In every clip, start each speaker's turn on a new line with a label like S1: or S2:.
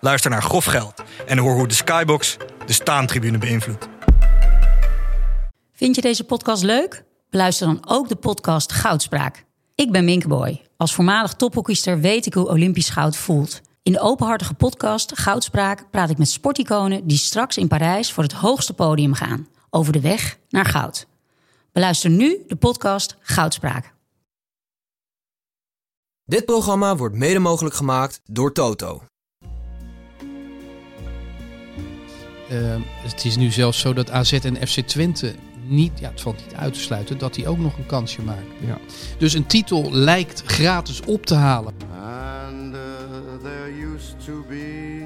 S1: Luister naar Grof Geld en hoor hoe de Skybox de staantribune beïnvloedt.
S2: Vind je deze podcast leuk? Beluister dan ook de podcast Goudspraak. Ik ben Minkeboy. Als voormalig tophockeyster weet ik hoe Olympisch goud voelt. In de openhartige podcast Goudspraak praat ik met sporticonen die straks in Parijs voor het hoogste podium gaan. Over de weg naar goud. Beluister nu de podcast Goudspraak.
S3: Dit programma wordt mede mogelijk gemaakt door Toto.
S4: Ehm, het is nu zelfs zo dat AZ en FC Twente niet, ja, het valt niet uit te sluiten, dat die ook nog een kansje maken.
S5: Ja.
S4: Dus een titel lijkt gratis op te halen.
S6: And uh, there used to be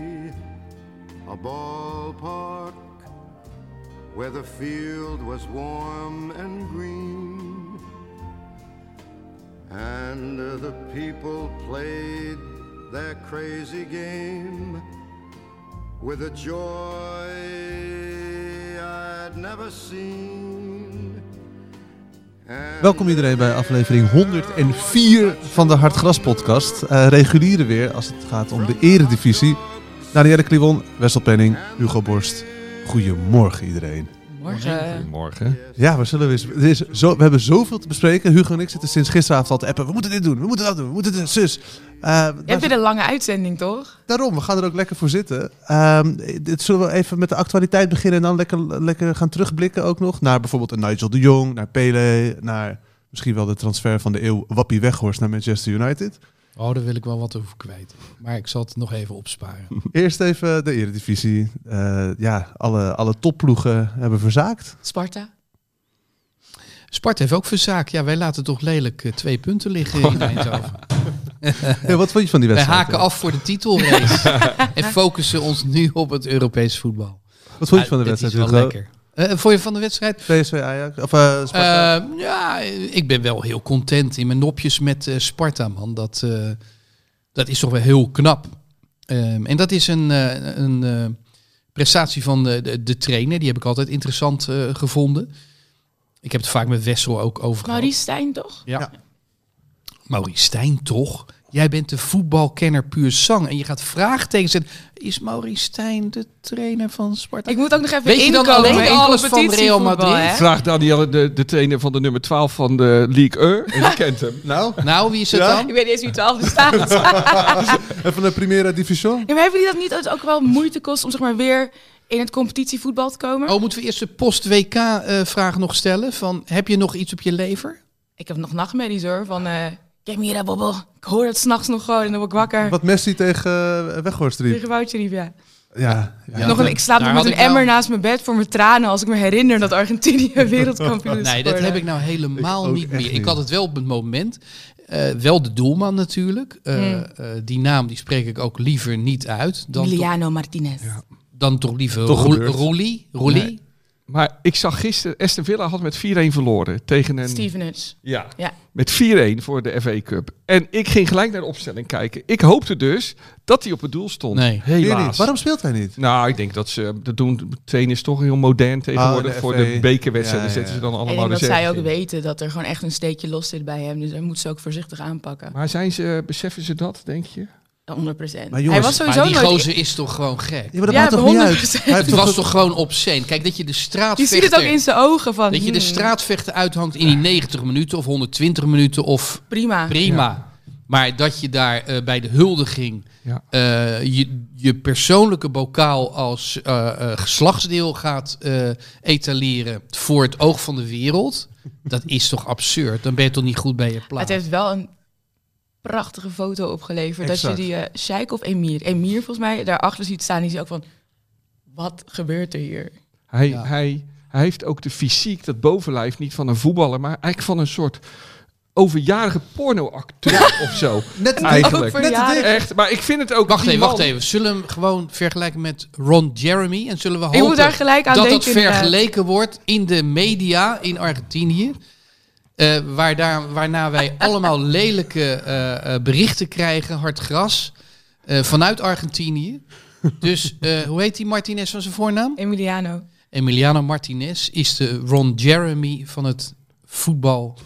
S6: a ballpark where the field was warm and green. And uh, the people played their crazy game with a joy I'd never seen. And
S5: Welkom iedereen bij aflevering 104 van de Hartgras podcast. Eh reguliere weer als het gaat om de eredivisie. Danielle Kliwon, Wessel Penning, Hugo Borst. Goedemorgen iedereen.
S2: Morgen.
S7: Morgen.
S5: Ja, we, zullen weer, er is zo, we hebben zoveel te bespreken. Hugo en ik zitten sinds gisteravond al te appen. We moeten dit doen, we moeten dat doen, we moeten dit, zus. Eh,
S8: Je hebt weer een lange uitzending, toch?
S5: Daarom, we gaan er ook lekker voor zitten. Ehm, dit zullen we even met de actualiteit beginnen en dan lekker, lekker gaan terugblikken ook nog. Naar bijvoorbeeld een Nigel de Jong, naar Pele, naar misschien wel de transfer van de eeuw Wappie Weghorst naar Manchester United.
S4: Oh, daar wil ik wel wat over kwijt. Maar ik zal het nog even opsparen.
S5: Eerst even de Eredivisie. Eh, ja, alle, alle topploegen hebben verzaakt.
S8: Sparta.
S4: Sparta heeft ook verzaakt. Ja, wij laten toch lelijk eh, twee punten
S5: Oh,
S4: liggen in Eindhoven.
S5: Ja, wat vond je van die
S4: Wij
S5: wedstrijd?
S4: haken af voor de titelrace. en focussen ons nu op het Europees voetbal.
S5: Wat vond je van de
S4: Ah, dit is
S5: wedstrijd?
S4: wel
S5: Hugo?
S4: lekker. Eh, vond je van de wedstrijd?
S5: PSV Ajax? Of eh, Sparta?
S4: Eh, ja, ik ben wel heel content in mijn nopjes met eh, Sparta, man. Dat, eh, dat is toch wel heel knap. Ehm, en dat is een, eh, een eh, prestatie van de, de, de trainer. Die heb ik altijd interessant eh, gevonden. Ik heb het vaak met Wessel ook over gehad.
S8: Maurice Nou, Stijn, toch?
S4: Ja. Maurice Stijn, toch? Jij bent de voetbalkenner puur zang. En je gaat vraagtekens zetten. Is Maurice Stijn de trainer van Sparta?
S8: Ik moet ook nog even
S4: Weet je dan
S8: inkomen
S4: alleen
S8: in
S4: alles van
S8: competitievoetbal,
S4: Real Madrid?
S8: hè?
S7: Vraag Daniel de, de trainer van de nummer 12 van de League E. En je kent hem.
S5: Nou,
S4: Nou, wie is het
S5: Ja?
S4: dan?
S8: Ik weet niet eens wie 12 bestaat.
S5: even de Primera Division.
S8: Ja, maar hebben jullie dat niet dat het ook wel moeite kost om zeg maar weer in het competitievoetbal te komen?
S4: Oh, moeten we eerst de post-WK-vraag nog stellen? Van, heb je nog iets op je lever?
S8: Ik heb nog nachtmerries hoor, van eh Give me that bubble. Ik hoor het s'nachts nog gewoon en dan word ik wakker.
S5: Wat Messi tegen eh, Weghorst riep.
S8: Tegen Woutje Riep, ja.
S5: Ja, ja.
S4: Ja.
S8: nog een, ik slaap
S4: daar
S8: nog
S4: had
S8: met
S4: ik
S8: een
S4: wel-
S8: emmer naast mijn bed voor mijn tranen als ik me herinner dat Argentinië wereldkampioen is
S4: Nee, dat
S8: geworden.
S4: heb ik nou helemaal
S5: Ik ook
S4: niet
S5: echt
S4: meer.
S5: niet.
S4: Ik had het wel op het moment. Eh, wel de doelman natuurlijk. Eh,
S8: Hmm.
S4: eh, die naam die spreek ik ook liever niet uit. Dan, toch,
S8: Emiliano Martinez.
S4: dan toch liever
S5: Toch
S4: Roel-
S5: gebeurd.
S4: Roelie. Roelie?
S7: Nee. Maar ik zag gisteren, Aston Villa had met 4-1 verloren tegen een...
S8: Stevenage.
S7: Ja,
S8: Ja.
S7: met 4-1 voor de FA Cup. En ik ging gelijk naar de opstelling kijken. Ik hoopte dus dat hij op het doel stond.
S4: Nee.
S5: Weer niet.
S7: Helaas.
S5: Waarom speelt hij niet?
S7: Nou, ik denk dat ze... Dat doen, trainen is toch heel modern tegenwoordig
S5: de
S7: voor
S5: FA.
S7: de bekerwedstrijden.
S5: Ja, ja,
S7: zetten ze dan
S8: En ik
S7: allemaal
S8: denk dat
S7: reserves
S8: zij ook
S7: in.
S8: weten dat er gewoon echt een steekje los zit bij hem. Dus hij moet ze ook voorzichtig aanpakken.
S7: Maar zijn ze, beseffen ze dat, denk je?
S8: 100
S5: Maar jongens,
S8: hij was
S4: Maar
S8: sowieso
S4: die
S8: nooit...
S4: gozer is toch gewoon gek?
S5: Ja, maar dat
S8: Ja,
S5: maakt toch niet uit?
S8: 100%.
S5: Hij heeft
S4: Het
S5: toch
S4: was
S5: een-
S4: toch gewoon obscene? Kijk, dat je de
S8: je
S4: straatvechter...
S8: ziet het ook in zijn ogen van...
S4: Dat je de
S8: hmm,
S4: straatvechter uithangt in die 90 minuten of 120 minuten of
S8: Prima.
S4: prima. Maar dat je daar eh, bij de huldiging
S7: Ja.
S4: eh, je, je persoonlijke bokaal als eh, eh, geslachtsdeel gaat eh, etaleren voor het oog van de wereld, dat is toch absurd? Dan ben je toch niet goed bij je
S8: Maar
S4: plaats?
S8: Het heeft wel een prachtige foto opgeleverd.
S5: Exact.
S8: Dat je die eh Sheik of Emir, Emir volgens mij, daarachter ziet staan. Die ziet ook van, wat gebeurt er hier?
S7: Hij,
S4: Ja.
S7: hij, hij heeft ook de fysiek, dat bovenlijf, niet van een voetballer, maar eigenlijk van een soort overjarige pornoacteur of zo.
S5: Net
S7: Eigenlijk.
S8: Ook verjaardag.
S7: Echt, maar ik vind het ook...
S4: Wacht
S7: die
S4: even,
S7: man-
S4: wacht even. Zullen we hem gewoon vergelijken met Ron Jeremy? En zullen we
S8: Ik moet daar
S4: hopen
S8: gelijk aan
S4: dat dat
S8: denken. eh, inderdaad.
S4: vergeleken wordt in de media in Argentinië? eh, waar daar, waarna wij allemaal lelijke eh, eh, berichten krijgen, hard gras, eh, vanuit Argentinië. Dus eh, hoe heet die Martinez van zijn voornaam?
S8: Emiliano.
S4: Emiliano Martinez is de Ron Jeremy van het voetbal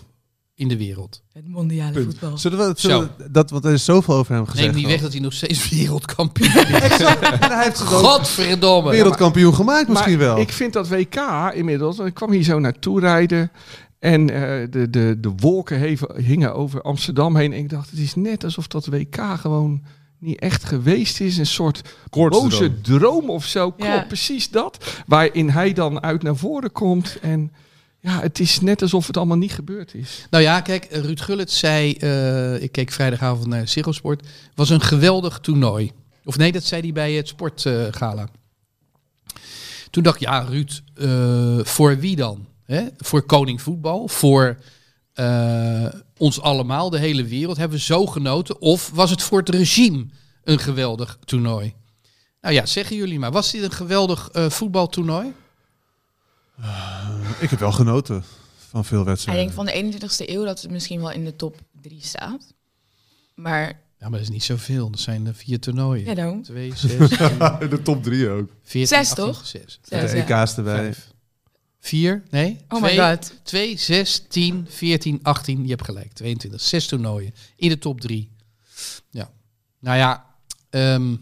S4: in de wereld.
S8: Het mondiale
S5: Punt.
S8: voetbal.
S5: Zullen we,
S4: Zo.
S5: zullen we- dat, want er is zoveel over hem gezegd.
S4: Neem niet
S5: al.
S4: weg dat hij nog steeds wereldkampioen is.
S5: En hij heeft het ook
S4: Godverdomme.
S5: wereldkampioen gemaakt
S7: Maar
S5: misschien wel.
S7: ik vind dat WK inmiddels... want Ik kwam hier zo naartoe rijden... En eh, de, de, de wolken heven- hingen over Amsterdam heen. En ik dacht, het is net alsof dat WK gewoon niet echt geweest is. Een soort
S5: Koortsdroom.
S7: boze droom of zo.
S8: Ja.
S7: Klopt, precies dat. Waarin hij dan uit naar voren komt. En ja, het is net alsof het allemaal niet gebeurd is.
S4: Nou ja, kijk, eh, Ruud Gullit zei, eh, ik keek vrijdagavond naar Ziggo Sport, was een geweldig toernooi. Of nee, dat zei hij bij het sportgala. Toen dacht ik, ja Ruud, eh, voor wie dan? Hè? Voor koning voetbal? Voor eh, ons allemaal, de hele wereld? Hebben we zo genoten? Of was het voor het regime een geweldig toernooi? Nou ja, zeggen jullie maar. Was dit een geweldig eh, voetbaltoernooi?
S5: Ik heb wel genoten van veel
S8: Hij
S5: wedstrijden.
S8: denkt van de 21ste eeuw dat het misschien wel in de top 3 staat. Maar,
S4: Ja, maar dat is niet zoveel. Dat zijn er vier toernooien.
S8: ja, nou,
S4: Twee, zes,
S5: de top drie ook.
S4: 14,
S8: Zes,
S4: 18,
S8: toch?
S4: 6.
S8: Ja,
S5: de
S8: ja.
S5: EK's erbij.
S4: 4, nee.
S8: Oh my god.
S4: 2, 6, 10, 14, 18. Je hebt gelijk. 22. Zes toernooien in de top 3. Ja. Nou ja, ehm,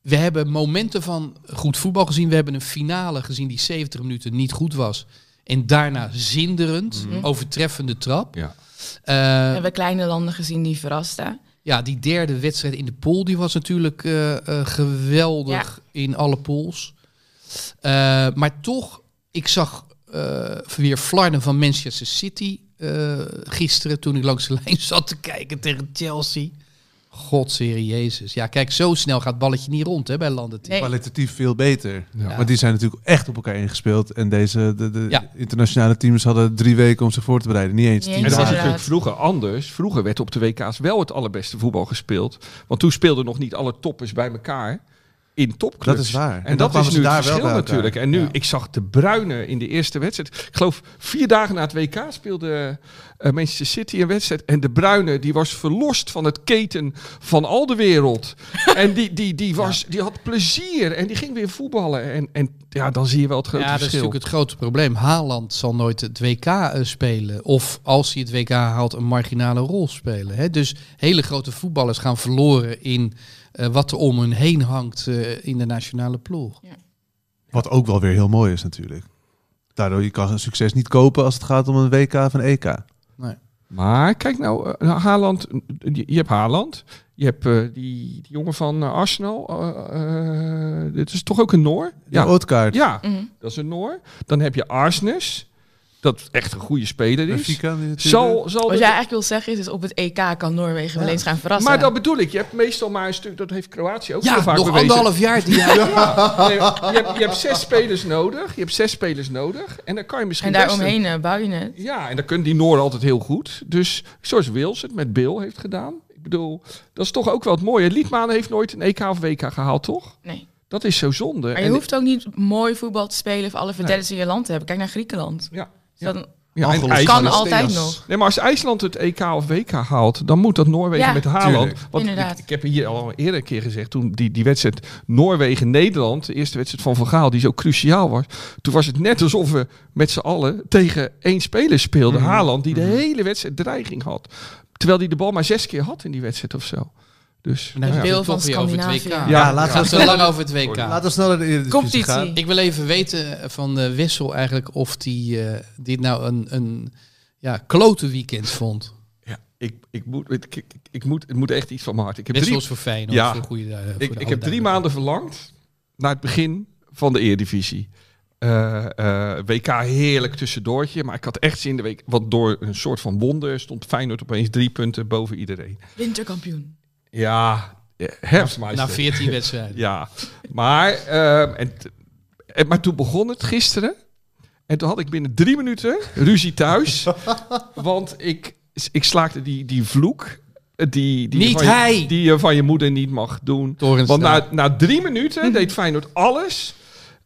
S4: we hebben momenten van goed voetbal gezien. We hebben een finale gezien die 70 minuten niet goed was. En daarna zinderend,
S8: Mhm.
S4: overtreffende trap.
S7: Ja.
S4: Eh,
S8: hebben we kleine landen gezien die verrasten.
S4: ja, die derde wedstrijd in de pool, die was natuurlijk eh, eh, geweldig in alle pools. Eh, maar toch, ik zag eh, weer flarden van Manchester City eh, gisteren toen ik langs de lijn zat te kijken tegen Chelsea. Godserie Jezus. Ja, kijk, zo snel gaat het balletje niet rond hè, bij landenteams.
S8: Nee.
S5: Kwalitatief veel beter.
S7: Ja.
S5: Maar die zijn natuurlijk echt op elkaar ingespeeld. En deze de, de
S4: Ja.
S5: internationale teams hadden drie weken om zich voor te bereiden. Niet eens
S8: Niet
S5: tien
S7: En
S8: eens.
S7: dat was
S8: Ja.
S5: dagen.
S7: natuurlijk vroeger anders. Vroeger werd op de WK's wel het allerbeste voetbal gespeeld. Want toen speelden nog niet alle toppers bij elkaar in topclubs.
S5: Dat is waar.
S7: En,
S5: En dan
S7: dat
S5: kwamen
S7: is
S5: ze
S7: nu het
S5: daar wel
S7: verschil
S5: bij elkaar.
S7: natuurlijk. En nu,
S4: Ja.
S7: ik zag de Bruine in de eerste wedstrijd. Ik geloof vier dagen na het WK speelde eh, Manchester City een wedstrijd. En de Bruine die was verlost van het keten van al de wereld. en die, die, die, was, die had plezier. En die ging weer voetballen. En, en ja, dan zie je wel het grote
S4: ja, dat is
S7: verschil.
S4: natuurlijk het grote probleem. Haaland zal nooit het WK eh, spelen. Of als hij het WK haalt, een marginale rol spelen. Hè? Dus hele grote voetballers gaan verloren in eh, wat er om hun heen hangt eh, in de nationale ploeg.
S5: Wat ook wel weer heel mooi is natuurlijk. Daardoor je kan een succes niet kopen als het gaat om een WK of een E EK.
S7: Maar kijk nou, eh, Haaland, je je hebt Haaland, je hebt eh, die, die jongen van eh, Arsenal, eh, eh, dit is toch ook een Noor?
S5: Ja.
S7: Ja,
S5: Ootkaart.
S7: ja,
S8: Mhm.
S7: dat is een Noor. Dan heb je Arsnes, dat echt een goede speler is.
S5: Benfica nu natuurlijk.
S7: Zal, zal
S8: Wat jij
S7: dat-
S8: eigenlijk wil zeggen is, is op het EK kan Noorwegen wel eens gaan verrassen.
S7: maar dat bedoel ik, je hebt meestal maar een stuk, dat heeft Kroatië ook
S4: Ja,
S7: heel
S4: nog
S7: vaak bewezen.
S4: anderhalf jaar. Die
S7: Ja, nee, je, hebt, je hebt zes spelers nodig, je hebt zes spelers nodig en dan kan je misschien
S8: en
S7: best een-
S8: daaromheen eh, bouw je het.
S7: Ja, en dan kunnen die Noorden altijd heel goed. Dus zoals Wils het met Bill heeft gedaan. Ik bedoel, dat is toch ook wel het mooie. Liedman heeft nooit een EK of WK gehaald, toch?
S8: Nee.
S7: Dat is zo zonde.
S8: Maar je
S7: Eh, En-
S8: hoeft ook niet mooi voetbal te spelen of alle verdedigers in je land te hebben. Kijk naar Griekenland.
S7: Ja.
S8: Dus dan
S7: ja, en
S5: Angelos
S7: IJsland-
S8: kan altijd nog.
S7: Nee, maar als IJsland het EK of WK haalt, dan moet dat Noorwegen
S8: Ja,
S7: met Haaland.
S5: tuurlijk.
S7: Want
S8: Inderdaad.
S7: ik, ik heb hier al eerder een keer gezegd, toen die, die wedstrijd Noorwegen-Nederland, de eerste wedstrijd van Van Gaal, die zo cruciaal was. Toen was het net alsof we met z'n allen tegen één speler speelden, Haaland, die de hele wedstrijd dreiging had. Terwijl hij de bal maar zes keer had in die wedstrijd of zo. Dus, nou ja.
S8: Deel van
S4: Ja,
S8: Scandinavië.
S4: ja
S5: Ja,
S4: laten
S5: laten
S4: we
S5: we
S4: te lang over het WK.
S5: Laten we sneller naar de Eredivisie
S8: Competitie.
S5: gaan.
S4: Ik wil even weten van eh, Wessel eigenlijk of die eh, dit nou een, een ja, klote weekend vond.
S7: Ja, ik, ik, moet, ik, ik, ik- ik moet, het moet echt iets van mijn hart. Ik heb
S4: Wessel
S7: drie,
S4: is voor Feyenoord.
S7: Ja.
S4: voor goede, eh, voor de
S7: ik, ik
S4: oude
S7: heb drie
S4: duidelijkheid.
S7: maanden verlangd naar het begin van de Eredivisie. Eh, eh, WK heerlijk tussendoortje, maar ik had echt zin in de week. Want door een soort van wonder stond Feyenoord opeens drie punten boven iedereen.
S8: Winterkampioen.
S7: Ja, eh, herfstmeister.
S4: Na 14 wedstrijden.
S7: Ja, maar, ehm, en, t- en- maar toen begon het gisteren. En toen had ik binnen drie minuten ruzie thuis. want ik ik slaakte die, die vloek. eh, Die, die je
S4: Niet
S7: van je-
S4: hij!
S7: die je van je moeder niet mag doen.
S4: Torens
S7: Want nou-
S4: daar.
S7: na, na drie minuten deed Feyenoord alles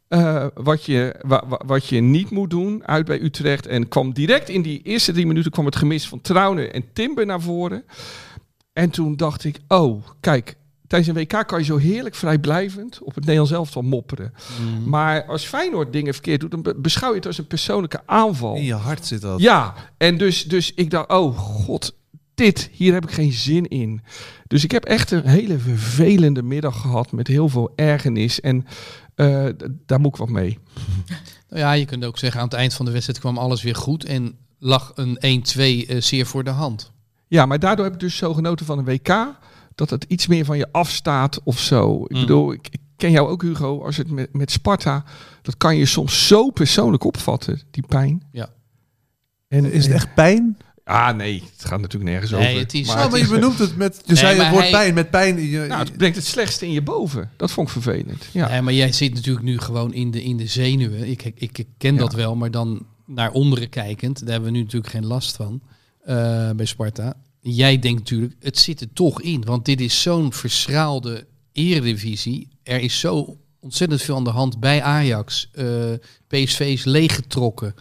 S7: eh, wat, je, wa- wa- wat je niet moet doen uit bij Utrecht. En kwam direct in die eerste drie minuten kwam het gemis van Trauner en Timber naar voren. En toen dacht ik, oh, kijk, tijdens een WK kan je zo heerlijk vrijblijvend op het Nederlands elftal mopperen. Maar als Feyenoord dingen verkeerd doet, dan be- beschouw je het als een persoonlijke aanval.
S5: In je hart zit dat.
S7: Ja, en dus, dus ik dacht, oh god, dit, hier heb ik geen zin in. Dus ik heb echt een hele vervelende middag gehad met heel veel ergernis. En eh, d- daar moet ik wat mee.
S4: Nou ja, je kunt ook zeggen, aan het eind van de wedstrijd kwam alles weer goed en lag een 1-2 eh, zeer voor de hand.
S7: Ja, maar daardoor heb ik dus zo genoten van een WK. Dat het iets meer van je afstaat of zo. Ik
S4: Mm.
S7: bedoel, ik, ik ken jou ook Hugo. Als het met, met Sparta, dat kan je soms zo persoonlijk opvatten, die pijn.
S4: Ja.
S7: En
S5: Is het echt pijn?
S7: Ah nee, het gaat natuurlijk nergens
S4: Nee,
S7: over.
S4: het is- Oh,
S7: maar
S5: Nou,
S7: het
S5: maar
S7: is-
S5: je benoemt het met... Je
S4: Nee,
S5: zei het
S4: maar
S5: woord
S4: hij-
S5: pijn. Met pijn... in Je,
S7: Nou, het brengt het slechtste in je boven. Dat vond ik vervelend. Ja.
S4: Nee, maar jij zit natuurlijk nu gewoon in de, in de zenuwen. Ik, ik, ik ken
S7: Ja.
S4: dat wel, maar dan naar onderen kijkend, daar hebben we nu natuurlijk geen last van eh, bij Sparta. Jij denkt natuurlijk, het zit er toch in, want dit is zo'n verschraalde eredivisie. Er is zo ontzettend veel aan de hand bij Ajax. Eh, PSV is leeggetrokken.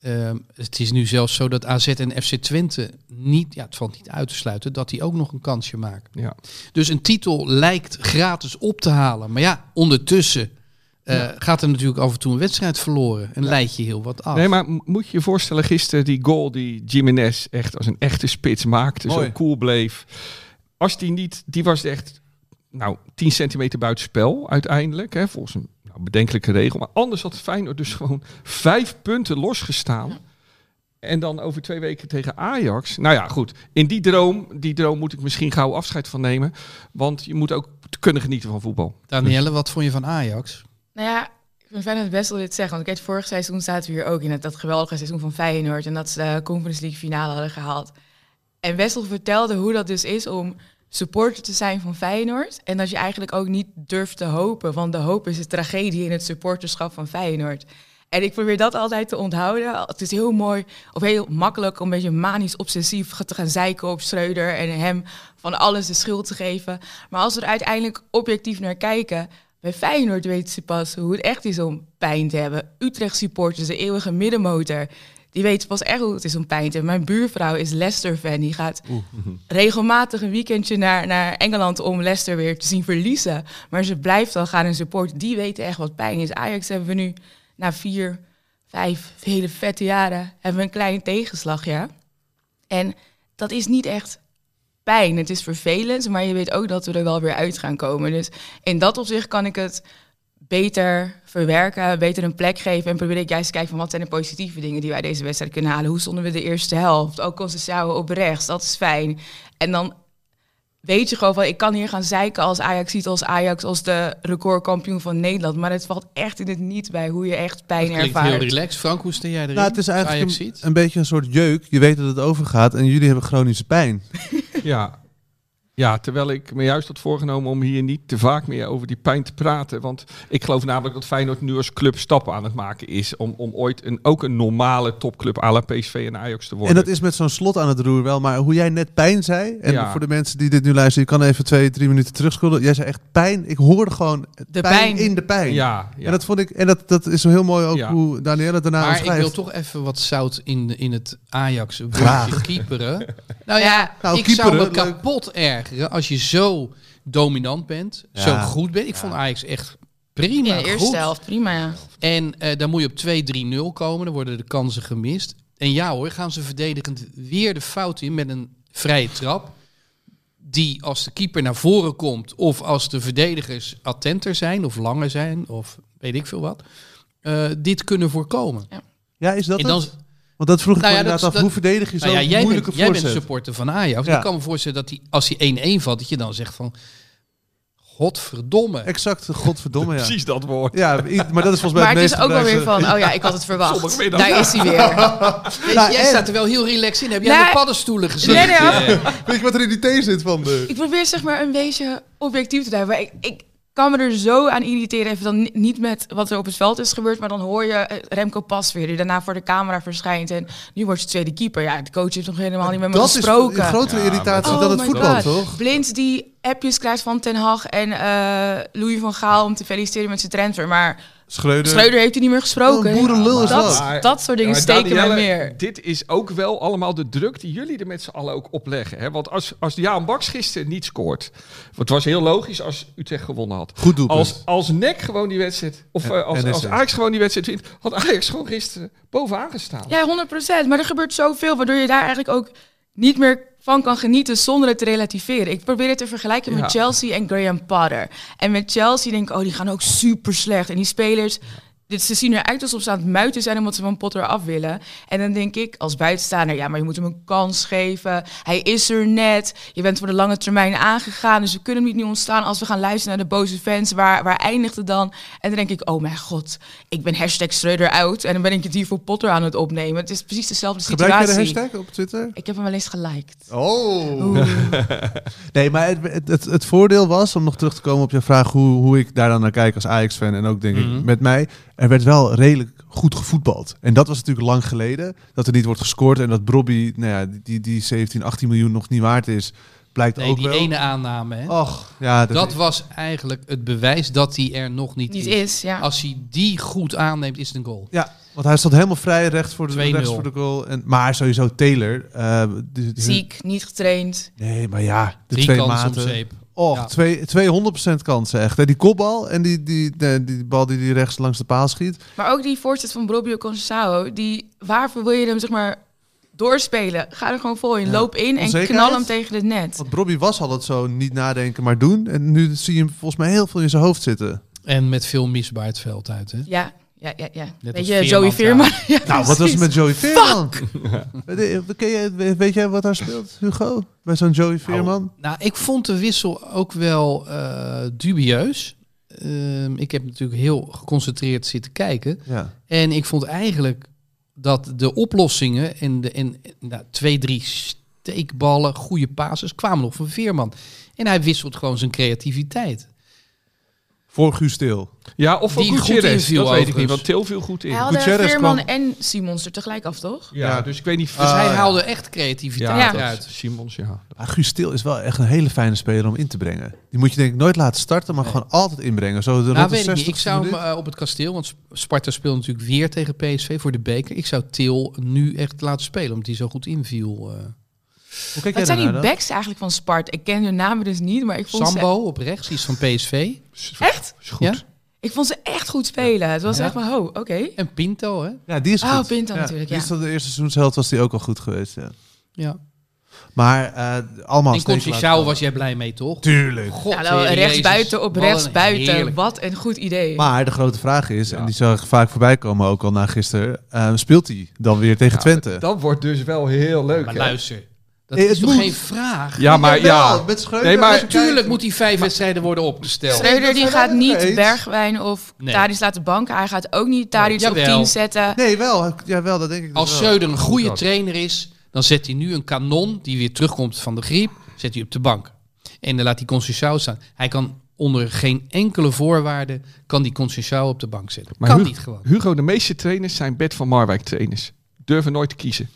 S4: Ehm, het is nu zelfs zo dat AZ en FC Twente niet, ja, het valt niet uit te sluiten, dat die ook nog een kansje maken.
S7: Ja.
S4: Dus een titel lijkt gratis op te halen. Maar ja, ondertussen eh, gaat er natuurlijk af en toe een wedstrijd verloren. En leid je heel wat af.
S7: Nee, maar m- moet je je voorstellen gisteren die goal die Jiménez echt als een echte spits maakte,
S5: Mooi.
S7: zo cool bleef. Als die niet, die was echt, nou, 10 centimeter buitenspel uiteindelijk, hè, volgens een nou, bedenkelijke regel. Maar anders had Feyenoord dus gewoon vijf punten losgestaan. En dan over twee weken tegen Ajax. Nou ja, goed. In die droom, die droom moet ik misschien gauw afscheid van nemen. Want je moet ook kunnen genieten van voetbal.
S4: Danielle, wat vond je van Ajax?
S8: Nou ja, ik vind Feyenoord best wel dit zeggen. Want ik weet, vorig seizoen zaten we hier ook in het, dat geweldige seizoen van Feyenoord. En dat ze de Conference League finale hadden gehaald. En Wessel vertelde hoe dat dus is om supporter te zijn van Feyenoord. En dat je eigenlijk ook niet durft te hopen. Want de hoop is de tragedie in het supporterschap van Feyenoord. En ik probeer dat altijd te onthouden. Het is heel mooi of heel makkelijk om een beetje manisch obsessief te gaan zeiken op Schreuder. En hem van alles de schuld te geven. Maar als we er uiteindelijk objectief naar kijken. Bij Feyenoord weten ze pas hoe het echt is om pijn te hebben. Utrecht supporters, de eeuwige middenmotor. Die weten pas echt hoe het is om pijn te hebben. Mijn buurvrouw is Leicester-fan. Die gaat regelmatig een weekendje naar, naar Engeland om Leicester weer te zien verliezen. Maar ze blijft al gaan en support. Die weten echt wat pijn is. Ajax hebben we nu na vier, vijf hele vette jaren hebben we een kleine tegenslag, ja. En dat is niet echt pijn. Het is vervelend, maar je weet ook dat we er wel weer uit gaan komen. Dus in dat opzicht kan ik het beter verwerken, beter een plek geven. En probeer ik juist te kijken van wat zijn de positieve dingen die wij deze wedstrijd kunnen halen. Hoe stonden we de eerste helft? Ook Concessao op rechts, dat is fijn. En dan weet je gewoon van, ik kan hier gaan zeiken als Ajax ziet als Ajax als de recordkampioen van Nederland. Maar het valt echt in het niet bij hoe je echt pijn
S4: Het klinkt
S8: ervaart.
S4: heel relaxed. Frank, hoe sta jij erin?
S5: Nou, het is eigenlijk een,
S4: Ajax-Ziet?
S5: een beetje een soort jeuk. Je weet dat het overgaat en jullie hebben chronische pijn.
S7: Ja. ja, terwijl ik me juist had voorgenomen om hier niet te vaak meer over die pijn te praten. Want ik geloof namelijk dat Feyenoord nu als club stappen aan het maken is. Om, om ooit een, ook een normale topclub à la PSV en Ajax te
S5: En
S7: worden.
S5: dat is met zo'n slot aan het roer wel. Maar hoe jij net pijn zei, en
S7: Ja.
S5: voor de mensen die dit nu luisteren, je kan even twee, drie minuten terugscrollen. Jij zei echt pijn. Ik hoorde gewoon
S8: De
S5: pijn,
S8: pijn.
S5: in de pijn.
S7: Ja, ja.
S5: En dat vond ik, en dat, dat is zo heel mooi ook
S7: Ja.
S5: hoe Danielle daarna
S4: Maar ik
S5: omschrijft.
S4: wil toch even wat zout in, in het Ajax
S5: Graag.
S4: woordje keeperen. Nou ja,
S5: Nou,
S4: ik zou me
S5: keeperen, leuk.
S4: kapot ergeren als je zo dominant bent, zo
S5: Ja.
S4: goed bent. Ik vond Ajax echt prima
S8: In de eerste
S4: goed.
S8: helft, prima ja.
S4: En eh, dan moet je op 2-3-0 komen. Dan worden de kansen gemist. En ja hoor, gaan ze verdedigend weer de fout in met een vrije trap. Die als de keeper naar voren komt of als de verdedigers attenter zijn of langer zijn of weet ik veel wat. eh, dit kunnen voorkomen.
S5: Ja, is dat
S4: en dan,
S5: het? Want dat vroeg ik
S4: Nou
S5: me
S4: ja, dat
S5: inderdaad af.
S4: is- dat-
S5: Hoe verdedig je
S4: nou
S5: zo'n
S4: ja, jij,
S5: moeilijke
S4: bent, jij bent
S5: voorzet?
S4: supporter van Ajax.
S5: Ja.
S4: Ik kan me voorstellen dat die, als hij 1-1 valt, dat je dan zegt van... Godverdomme.
S5: Exact, godverdomme ja.
S7: Precies dat woord.
S5: Ja, i- maar dat is volgens mij
S8: Maar het
S5: het
S8: is
S5: meest
S8: ook wel weer
S5: gebruikte-
S8: van, oh ja, ik had het verwacht.
S7: Zondagmiddag.
S8: Daar is hij weer.
S5: Nou,
S4: jij
S5: en- Nou,
S4: staat er wel heel relaxed in. Heb jij
S8: Nee.
S4: de paddenstoelen gezien?
S8: Nee, nee,
S4: Eh,
S5: Weet je wat er in die thee zit van dus. de...
S8: Ik probeer zeg maar een beetje objectief te duiden. Maar ik, ik, kan me er zo aan irriteren. Even dan ni- niet met wat er op het veld is gebeurd, maar dan hoor je eh, Remco pas weer, die daarna voor de camera verschijnt. En nu wordt ze tweede keeper. Ja, de coach heeft nog helemaal niet met me
S5: dat is
S8: gesproken.
S5: een grotere
S7: Ja, maar-
S5: irritatie
S4: Oh
S5: dan het
S8: my
S5: voetbal,
S8: God.
S5: toch?
S8: Blind die appjes krijgt van Ten Hag en eh Louis van Gaal om te feliciteren met zijn transfer. Maar
S5: Schreuder.
S8: Schreuder heeft hij niet meer gesproken.
S5: Wat een boerenlul
S8: Ja,
S5: is
S8: dat,
S5: dat.
S7: Maar-
S8: dat soort dingen
S7: Ja, maar
S8: steken mij
S7: Danielle,
S8: meer.
S7: Dit is ook wel allemaal de druk die jullie er met z'n allen ook opleggen. Hè? Want als, als Jaan Baks gisteren niet scoort. want Het was heel logisch als Utrecht gewonnen had.
S5: Goed doelpunt.
S7: Als, als NEC gewoon die wedstrijd. Of
S5: Ja,
S7: eh, als,
S5: NSC.
S7: als Ajax gewoon die wedstrijd wint. Had Ajax gewoon gisteren bovenaan gestaan.
S8: Ja, 100%. Maar er gebeurt zoveel, waardoor je daar eigenlijk ook niet meer van kan genieten zonder het te relativeren. Ik probeer het te vergelijken
S7: Ja.
S8: met Chelsea en Graham Potter. En met Chelsea denk ik, oh, die gaan ook super slecht. En die spelers, dit, ze zien eruit alsof ze aan het muiten zijn omdat ze van Potter af willen. En dan denk ik, als buitenstaander, ja, maar je moet hem een kans geven. Hij is er net. Je bent voor de lange termijn aangegaan, dus we kunnen hem niet nu ontstaan. Als we gaan luisteren naar de boze fans, waar, waar eindigt het dan? En dan denk ik, oh mijn god, ik ben hashtag Schreuder out. En dan ben ik het hier voor Potter aan het opnemen. Het is precies dezelfde situatie.
S5: Gebruik je de hashtag op Twitter?
S8: Ik heb hem wel eens geliked.
S5: Oh.
S8: Oeh.
S5: Nee, maar het, het, het, het voordeel was, om nog terug te komen op je vraag hoe, hoe ik daar dan naar kijk als Ajax-fan en ook denk ik
S4: Mhm.
S5: met mij, er werd wel redelijk goed gevoetbald. En dat was natuurlijk lang geleden, dat er niet wordt gescoord en dat Brobby, nou ja, die, die 17, 18 miljoen nog niet waard is, blijkt
S4: Nee,
S5: ook
S4: die
S5: wel.
S4: ene aanname. Hè?
S5: Och, ja, dat,
S4: dat was eigenlijk het bewijs dat hij er nog niet,
S8: Niet
S4: is.
S8: is, ja.
S4: Als hij die goed aanneemt, is het een goal.
S5: ja, want hij stond helemaal vrij recht voor de,
S4: 2-0.
S5: rechts voor de goal. En, maar sowieso Taylor. eh, die- die-
S8: Ziek, niet getraind.
S5: Nee, maar ja, de
S4: Drie
S5: twee
S4: kansen om
S5: maten.
S4: zeep.
S5: Och,
S4: Ja.
S5: twee, 200% kansen echt. Hè. Die kopbal en die, die, die, die bal die hij rechts langs de paal schiet.
S8: Maar ook die voorzet van Robbio Consao, die waarvoor wil je hem zeg maar doorspelen? Ga er gewoon vol in,
S5: Ja.
S8: loop in en
S5: Onzekerheid?
S8: knal hem tegen het net.
S5: Want Robbie was altijd zo niet nadenken, maar doen. En nu zie je hem volgens mij heel veel in zijn hoofd zitten.
S4: En met veel misbaar het veld uit. Hè?
S8: Ja, ja, ja, ja.
S4: Net
S8: Weet
S4: als
S8: je,
S4: Veerman
S8: Joey Veerman. Ja,
S5: Nou, wat was
S8: precies.
S5: het met Joey Veerman? Weet- Ken jij- weet- weet jij wat daar speelt, Hugo? Bij zo'n Joey Veerman?
S4: Nou, ik vond de wissel ook wel eh, dubieus. Ehm, ik heb natuurlijk heel geconcentreerd zitten kijken.
S5: Ja.
S4: En ik vond eigenlijk dat de oplossingen en, de, en en, nou, twee, drie steekballen, goede passes kwamen nog van Veerman. En hij wisselt gewoon zijn creativiteit.
S5: Voor Guus Til.
S7: Ja, of van
S4: Die goed
S7: Gutierrez.
S4: inviel
S7: Dat weet ik
S4: overigens.
S7: niet, want Til viel goed in.
S8: Hij
S7: Ja,
S8: hadden
S5: Gutierrez
S8: Veerman
S5: kwam-
S8: en Simons er tegelijk af, toch?
S7: dus ik weet niet.
S4: Dus
S5: Ah,
S4: hij
S5: ja.
S4: haalde echt creativiteit
S8: Ja.
S7: dat-
S4: uit.
S7: Simons, ja.
S5: Maar Guus Til is wel echt een hele fijne speler om in te brengen. Die moet je denk ik nooit laten starten, maar
S4: Nee.
S5: gewoon altijd inbrengen. Zo de
S4: Nou,
S5: rond de
S4: weet ik niet.
S5: 60
S4: Ik zou hem eh, op het kasteel, want Sparta speelt natuurlijk weer tegen PSV voor de beker. Ik zou Til nu echt laten spelen, omdat hij zo goed inviel. eh.
S5: Hoe kijk jij
S8: Wat zijn die
S5: daarnaar dan?
S8: backs eigenlijk van Spart? Ik ken hun namen dus niet, maar ik vond
S4: Sambo op rechts, die is van PSV.
S8: ze echt,
S7: Is goed.
S4: Ja?
S8: ik vond ze echt goed spelen. Het was
S4: Ja.
S8: echt van, ho, oké.
S4: En Pinto, hè?
S5: Ja, die is
S8: Oh,
S5: goed.
S8: Pinto natuurlijk,
S5: Die
S8: ja.
S5: is tot de eerste seizoenshelft was die ook al goed geweest, ja.
S4: Ja.
S5: Maar eh allemaal
S4: en
S5: steeds
S4: Conceição
S5: laten-
S4: was jij blij mee, toch?
S5: Tuurlijk.
S4: God,
S8: nou,
S4: Heer
S8: rechts buiten
S4: Jezus,
S8: op
S4: wat
S8: rechts
S4: een
S8: buiten.
S4: heerlijk-
S8: Wat een goed idee.
S5: Maar de grote vraag is,
S7: Ja.
S5: en die zag ik vaak voorbij komen ook al na gisteren, eh, speelt hij dan weer tegen Twente?
S7: Dat wordt dus wel heel leuk.
S4: Maar
S7: hè?
S4: luister, dat
S5: Eh,
S4: is
S5: het
S4: toch
S5: moet.
S4: geen vraag?
S7: Ja, maar
S5: Jawel,
S7: ja.
S5: met Schreuder.
S7: Nee, maar-
S5: als je
S4: Natuurlijk
S5: kijkt-
S4: moet die vijf wedstrijden worden opgesteld.
S8: Schreuder die
S5: dat
S8: gaat
S5: zijn we het
S8: niet
S5: eens.
S8: Bergwijn of
S4: Nee.
S8: Tadic laten banken. Hij gaat ook niet Tadic op
S4: Jawel.
S8: 10 zetten.
S5: Nee, wel. Jawel, dat denk ik dus
S4: Als
S5: wel.
S4: Schreuder een goede
S7: dat.
S4: trainer is, dan zet hij nu een kanon die weer terugkomt van de griep, zet hij op de bank. En dan laat hij Conceição staan. Hij kan onder geen enkele voorwaarde kan die Conceição op de bank zetten.
S7: Maar
S4: kan
S7: Hugo-
S4: niet gewoon.
S7: Hugo, de meeste trainers zijn Bert van Marwijk trainers. Durven nooit te kiezen.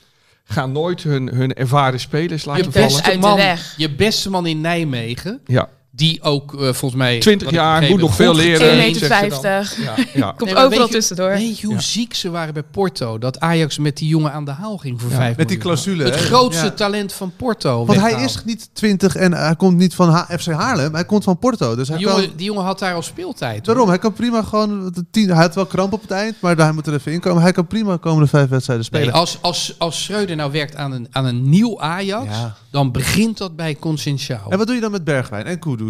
S7: Gaan nooit hun, hun ervaren spelers
S4: Je
S7: laten vallen.
S8: uit
S4: beste,
S8: de
S4: man,
S8: weg.
S4: je beste man in Nijmegen,
S7: Ja,
S4: die ook eh, volgens mij...
S7: 20
S4: wat ik
S7: jaar,
S4: begrepen,
S7: moet nog
S4: goed
S7: veel leren.
S4: getraind
S8: 1,50
S7: zegt
S8: meter.
S7: ze dan. ja, ja.
S8: Komt
S4: Nee, maar
S8: overal
S4: weet je-
S8: tussendoor.
S4: Weet je hoe
S7: Ja.
S4: ziek ze waren bij Porto? Dat Ajax met die jongen aan de haal ging voor
S7: Ja,
S4: vijf
S5: Met die
S4: miljoen.
S5: clausule.
S4: Het
S5: hè?
S4: grootste
S5: Ja.
S4: talent van Porto.
S5: Want hij
S4: weggehaald.
S5: is niet 20 en hij komt niet van Ha- FC Haarlem. Hij komt van Porto. Dus hij
S4: Die
S5: kan,
S4: jongen, die jongen had daar al speeltijd. hoor.
S5: daarom, hij kan prima gewoon... De tien, hij had wel kramp op het eind, maar hij moet er even in komen. Hij kan prima komende vijf wedstrijden spelen.
S4: Nee, als, als, als Schreuder nou werkt aan een, aan een nieuw Ajax,
S5: Ja.
S4: dan begint dat bij Consensual.
S5: En wat doe je dan met Bergwijn en Kudus?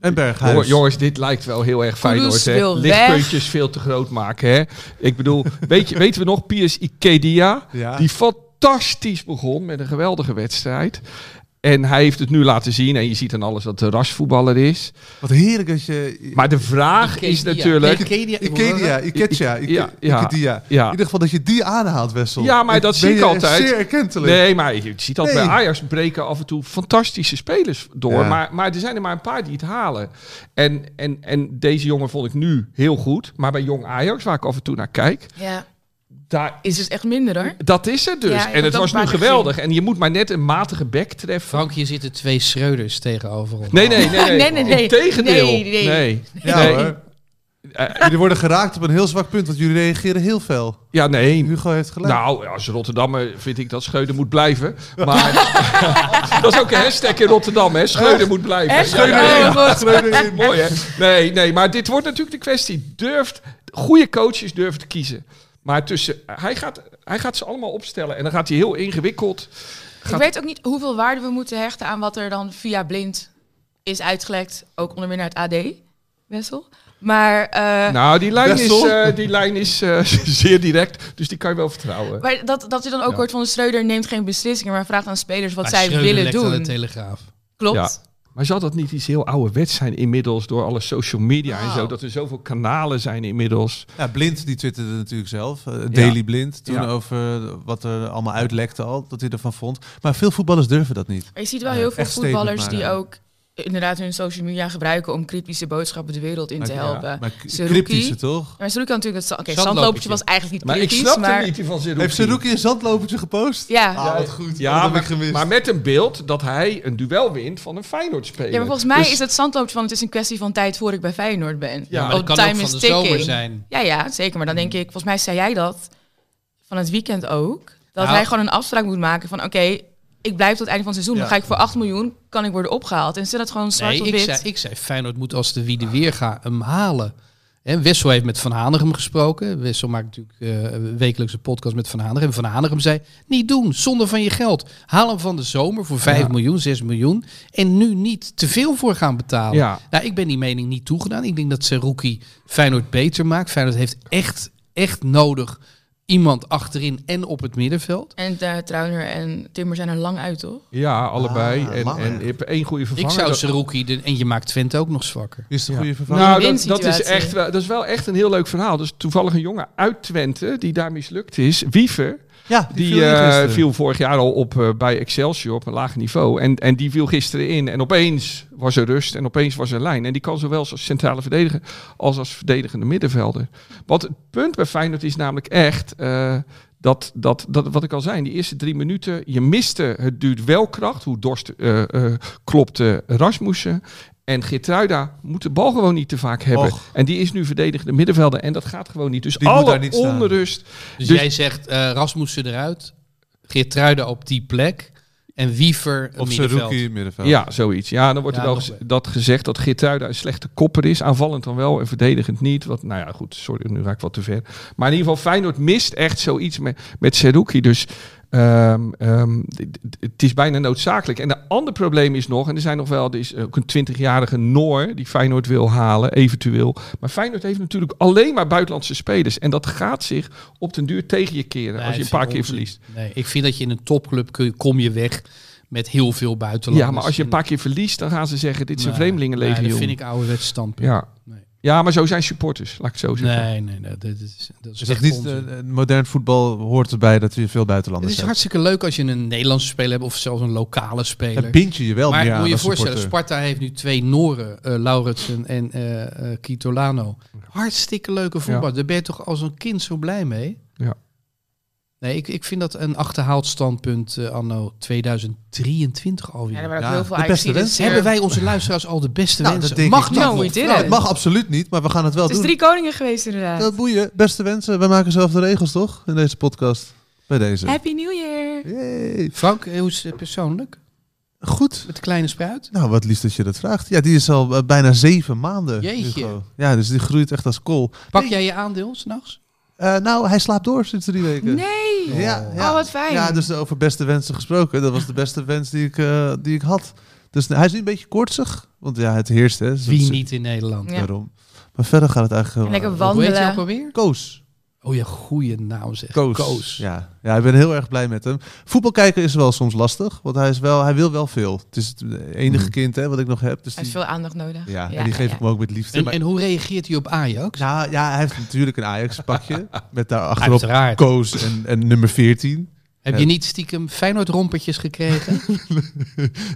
S5: En Berghuis?
S7: Jongen- Jongens, dit lijkt wel heel erg Feyenoord. Hè?
S8: wil
S7: Lichtpuntjes veel te groot maken. Hè? Ik bedoel, weet je, weten we nog, Piers Ikedia,
S5: Ja.
S7: die fantastisch begon met een geweldige wedstrijd. En hij heeft het nu laten zien. En je ziet aan alles dat de rasvoetballer is.
S5: Wat heerlijk dat je...
S7: Maar de vraag is natuurlijk...
S4: Ikedia.
S5: Ikedia, Iketja, Ike-
S7: Ja, ja.
S5: Ikedia. In
S7: Ja,
S5: ieder geval dat je die aanhaalt, Wessel.
S7: Ja, maar
S5: Ik
S7: dat
S5: ben
S7: zie ik
S5: je
S7: altijd.
S5: zeer erkentelijk.
S7: Nee, maar je ziet dat bij
S5: Nee.
S7: Ajax breken af en toe fantastische spelers door.
S5: Ja.
S7: Maar, maar er zijn er maar een paar die het halen. En, en, en deze jongen vond ik nu heel goed. Maar bij jong Ajax, waar ik af en toe naar kijk,
S8: Ja,
S7: daar,
S8: is dus echt minder hoor.
S7: dat is het dus.
S8: Ja, ik heb
S7: en het
S8: dat
S7: was
S8: een
S7: nu
S8: paar keer
S7: geweldig. En je moet maar net een matige bek treffen.
S4: Frank, hier zitten twee schreuders tegenover ons.
S7: Nee, nee, nee.
S8: Nee, nee, nee.
S7: Integendeel.
S8: Nee, nee.
S7: nee.
S5: Ja,
S7: Nee.
S5: hoor.
S7: Eh, eh,
S5: Jullie worden geraakt op een heel zwak punt, want jullie reageren heel fel.
S7: ja, nee.
S5: Hugo heeft gelijk.
S7: Nou, als Rotterdammer vind ik dat Scheuden moet blijven. Maar dat is ook een hashtag in Rotterdam, hè? Scheuden moet blijven. Scheuden in.
S8: Oh, god.
S7: eh, Mooi, hè? Nee, nee, maar dit wordt natuurlijk de kwestie. Durft, goede coaches durven te kiezen. Maar tussen, hij gaat, hij gaat ze allemaal opstellen. En dan gaat hij heel ingewikkeld.
S8: Ik weet ook niet hoeveel waarde we moeten hechten aan wat er dan via blind is uitgelekt. Ook onder meer naar het AD, Wessel. Maar, eh,
S7: nou, die lijn is,
S5: Wessel?
S7: eh, die lijn is eh, zeer direct. Dus die kan je wel vertrouwen.
S8: maar dat, dat je dan ook
S7: Ja.
S8: hoort van de Schreuder neemt geen beslissingen, maar vraagt aan spelers wat
S4: Maar
S8: zij
S4: Schreuder
S8: willen
S4: lekt aan de
S8: doen.
S4: Telegraaf.
S8: Klopt.
S7: Ja. Maar zal dat niet iets heel ouderwets zijn inmiddels door alle social media
S8: Oh.
S7: en zo? Dat er zoveel kanalen zijn inmiddels.
S5: Ja, Blind die twitterde natuurlijk zelf, eh, Daily Blind, toen
S7: Ja.
S5: over eh, wat er allemaal uitlekte al, dat hij ervan vond. Maar veel voetballers durven dat niet.
S8: Maar je ziet wel
S5: Ja,
S8: heel veel
S5: echt statement
S8: voetballers die
S5: maken.
S8: ook inderdaad hun social media gebruiken om kritische boodschappen de wereld in te
S7: Maar- ja,
S8: helpen.
S5: Maar k-
S8: Zerouki?
S5: cryptische toch?
S8: Maar Saruki had natuurlijk dat... Oké,
S4: Zandlopertje.
S8: zandlopertje was eigenlijk niet
S7: Maar ik
S8: kritisch,
S7: snap
S8: maar...
S7: er niet die van Zerouki.
S5: Heeft Saruki een zandlopertje gepost?
S8: Ja.
S5: Ah, wat goed.
S7: Ja,
S5: dat heb
S7: maar,
S5: ik gemist.
S7: maar met een beeld dat hij een duel wint van een Feyenoord-speler.
S8: ja, maar volgens mij
S7: Dus-
S8: is het zandlopertje van het is een kwestie van tijd voor ik bij Feyenoord ben.
S7: Ja,
S4: maar dat
S8: Op
S4: kan ook
S8: time
S4: van
S8: is
S4: de
S8: ticking.
S4: zomer zijn. Hmm.
S8: Ja, ja, zeker. Maar dan denk ik, volgens mij zei jij dat van het weekend ook. Dat
S4: Nou.
S8: hij gewoon een afspraak moet maken van oké, ik blijf tot het einde van het seizoen. Dan
S5: Ja.
S8: ga ik voor 8 miljoen, kan ik worden opgehaald. En zet dat gewoon zwart
S4: Nee,
S8: op
S4: ik
S8: wit.
S4: zei, ik zei Feyenoord moet als de wie de weer gaat hem halen. En Wessel heeft met Van Hanegem gesproken. Wessel maakt natuurlijk eh, een wekelijkse podcast met Van Hanegem. Van Hanegem zei, niet doen, zonde van je geld. Haal hem van de zomer voor 5 miljoen, 6 miljoen. En nu niet te veel voor gaan betalen.
S7: Ja.
S4: Nou, ik ben die mening niet toegedaan. Ik denk dat Seruki Feyenoord beter maakt. Feyenoord heeft echt, echt nodig iemand achterin en op het middenveld.
S8: En eh Trauner en Timmer zijn er lang uit, toch?
S7: Ja, allebei.
S5: Ah,
S7: en,
S5: langer.
S7: en je hebt één goede
S4: Ik
S7: vervanger.
S4: zou
S7: Dat-
S4: Seruki, de- en je maakt Twente ook nog zwakker.
S5: Is de
S7: Ja.
S5: goede vervanger?
S7: nou, dat,
S8: Win-win
S7: dat, is
S8: situatie.
S7: echt wel, dat is wel echt een heel leuk verhaal. Dus toevallig een jongen uit Twente die daar mislukt is, Wiever,
S5: ja, die,
S7: die
S5: viel in
S7: eh,
S5: gisteren.
S7: viel vorig jaar al op eh, bij Excelsior op een laag niveau. En, en die viel gisteren in. En opeens was er rust en opeens was er lijn. En die kan zowel als centrale verdediger als als verdedigende middenvelder. Want het punt bij Feyenoord is namelijk echt eh, dat, dat, dat, wat ik al zei, in die eerste drie minuten, je miste het duelkracht, hoe Dorst eh, eh, klopte Rasmussen. En Geertruida moet de bal gewoon niet te vaak hebben.
S5: Och.
S7: En die is nu verdedigende middenvelder. En dat gaat gewoon niet. Dus
S5: Die moet
S7: alle
S5: daar niet staan.
S7: onrust.
S4: Dus,
S7: Dus-
S4: jij zegt eh Rasmussen eruit, Geertruiden op die plek en Wiever
S5: Of
S4: middenveld.
S5: Saruki in middenveld.
S7: Ja, zoiets. Ja, dan wordt
S4: Ja,
S7: er wel
S4: nog
S7: gez-
S4: wel.
S7: dat gezegd dat Geertruida een slechte kopper is. Aanvallend dan wel en verdedigend niet. Wat, nou ja, goed, sorry, nu raak ik wat te ver. Maar in ieder geval, Feyenoord mist echt zoiets met, met Seruki. Dus ehm, ehm, d- d- het is bijna noodzakelijk. En een ander probleem is nog, en er zijn nog wel, er is ook een 20-jarige Noor die Feyenoord wil halen, eventueel. Maar Feyenoord heeft natuurlijk alleen maar buitenlandse spelers. En dat gaat zich op den duur tegen je keren
S4: Nee,
S7: als je
S4: ik
S7: een paar
S4: vind
S7: keer
S4: onzin.
S7: verliest.
S4: Nee, ik vind dat je in een topclub kun, kom je weg met heel veel buitenlanders.
S7: Ja, maar als je een
S4: En-
S7: paar keer verliest, dan gaan ze zeggen, dit is een
S4: Nee,
S7: vreemdelingenlegioen.
S4: nee, dat vind ik ouderwets standpunt.
S7: Ja.
S4: Nee.
S7: ja, maar zo zijn supporters, laat ik het zo zeggen.
S4: Nee, nee, nee, dat is, dat is,
S5: Dus
S4: echt
S5: dat niet,
S4: onzin.
S5: eh, modern voetbal hoort erbij dat je veel
S4: het
S5: buitenlanders
S4: is
S5: hebt.
S4: hartstikke leuk als je een Nederlandse speler hebt of zelfs een lokale speler.
S5: Dan bind je je wel
S4: maar
S5: meer aan
S4: moet je je
S5: als
S4: voorstellen,
S5: supporter.
S4: Sparta heeft nu twee Noren, eh Lauritsen en eh eh Kitolano. Hartstikke leuke voetbal. Daar ben je toch als een kind zo blij mee?
S7: Ja.
S4: Nee, ik, ik vind dat een achterhaald standpunt eh, anno 2023
S8: Ja,
S4: alweer.
S8: er waren
S5: Ja,
S8: ook heel veel
S5: de beste
S8: Ajaxiden.
S5: wens.
S8: zeer-
S4: Hebben wij onze luisteraars al de beste
S5: Nou,
S4: wensen?
S5: dat denk
S4: Mag
S5: ik
S4: dat
S8: No,
S4: nog?
S8: we didn't.
S5: Nou, het mag absoluut niet, maar we gaan het wel
S8: Het is
S5: doen.
S8: drie koningen geweest inderdaad.
S5: Dat boeien. Beste wensen, wij maken zelf de regels toch? In deze podcast. Bij deze.
S8: Happy New Year!
S5: Yay.
S4: Frank, eh, hoe is het persoonlijk?
S5: Goed.
S4: Met de kleine spruit?
S5: Nou, wat lief dat je dat vraagt. Ja, die is al eh, bijna zeven maanden.
S4: Jeetje.
S5: Hugo. Ja, dus die groeit echt als kool.
S4: Pak
S5: Nee.
S4: jij je aandeel s'nachts?
S5: Eh, nou, hij slaapt door sinds drie weken.
S8: Nee!
S5: Ja, ja.
S8: Oh, wat fijn.
S5: Ja, dus over beste wensen gesproken. Dat was de beste wens die ik, eh, die ik had. Dus nou, hij is nu een beetje koortsig. Want ja, het heerst, hè.
S4: Wie niet in Nederland?
S8: Ja.
S5: Daarom. Maar verder gaat het eigenlijk...
S8: En
S5: heel
S8: lekker
S4: Hoe heet je ook
S8: wandelen.
S4: alweer?
S5: Koos.
S4: Oh ja, goede naam zeg.
S5: Koos. Ja. ja, ik ben heel erg blij met hem. Voetbal kijken is wel soms lastig, want hij, is wel, hij wil wel veel. Het is het enige
S4: Mm.
S5: kind hè, wat ik nog heb. Dus
S8: Hij heeft
S5: die,
S8: veel aandacht nodig.
S5: ja, en die geef ik
S8: ja.
S5: me ook met liefde.
S4: En,
S5: Maar-
S4: en hoe reageert hij op Ajax?
S5: nou, ja, hij heeft natuurlijk een Ajax-pakje met daar achterop
S4: Uiteraard.
S5: Koos en, en nummer 14.
S4: Heb je niet stiekem Feyenoord-rompertjes gekregen?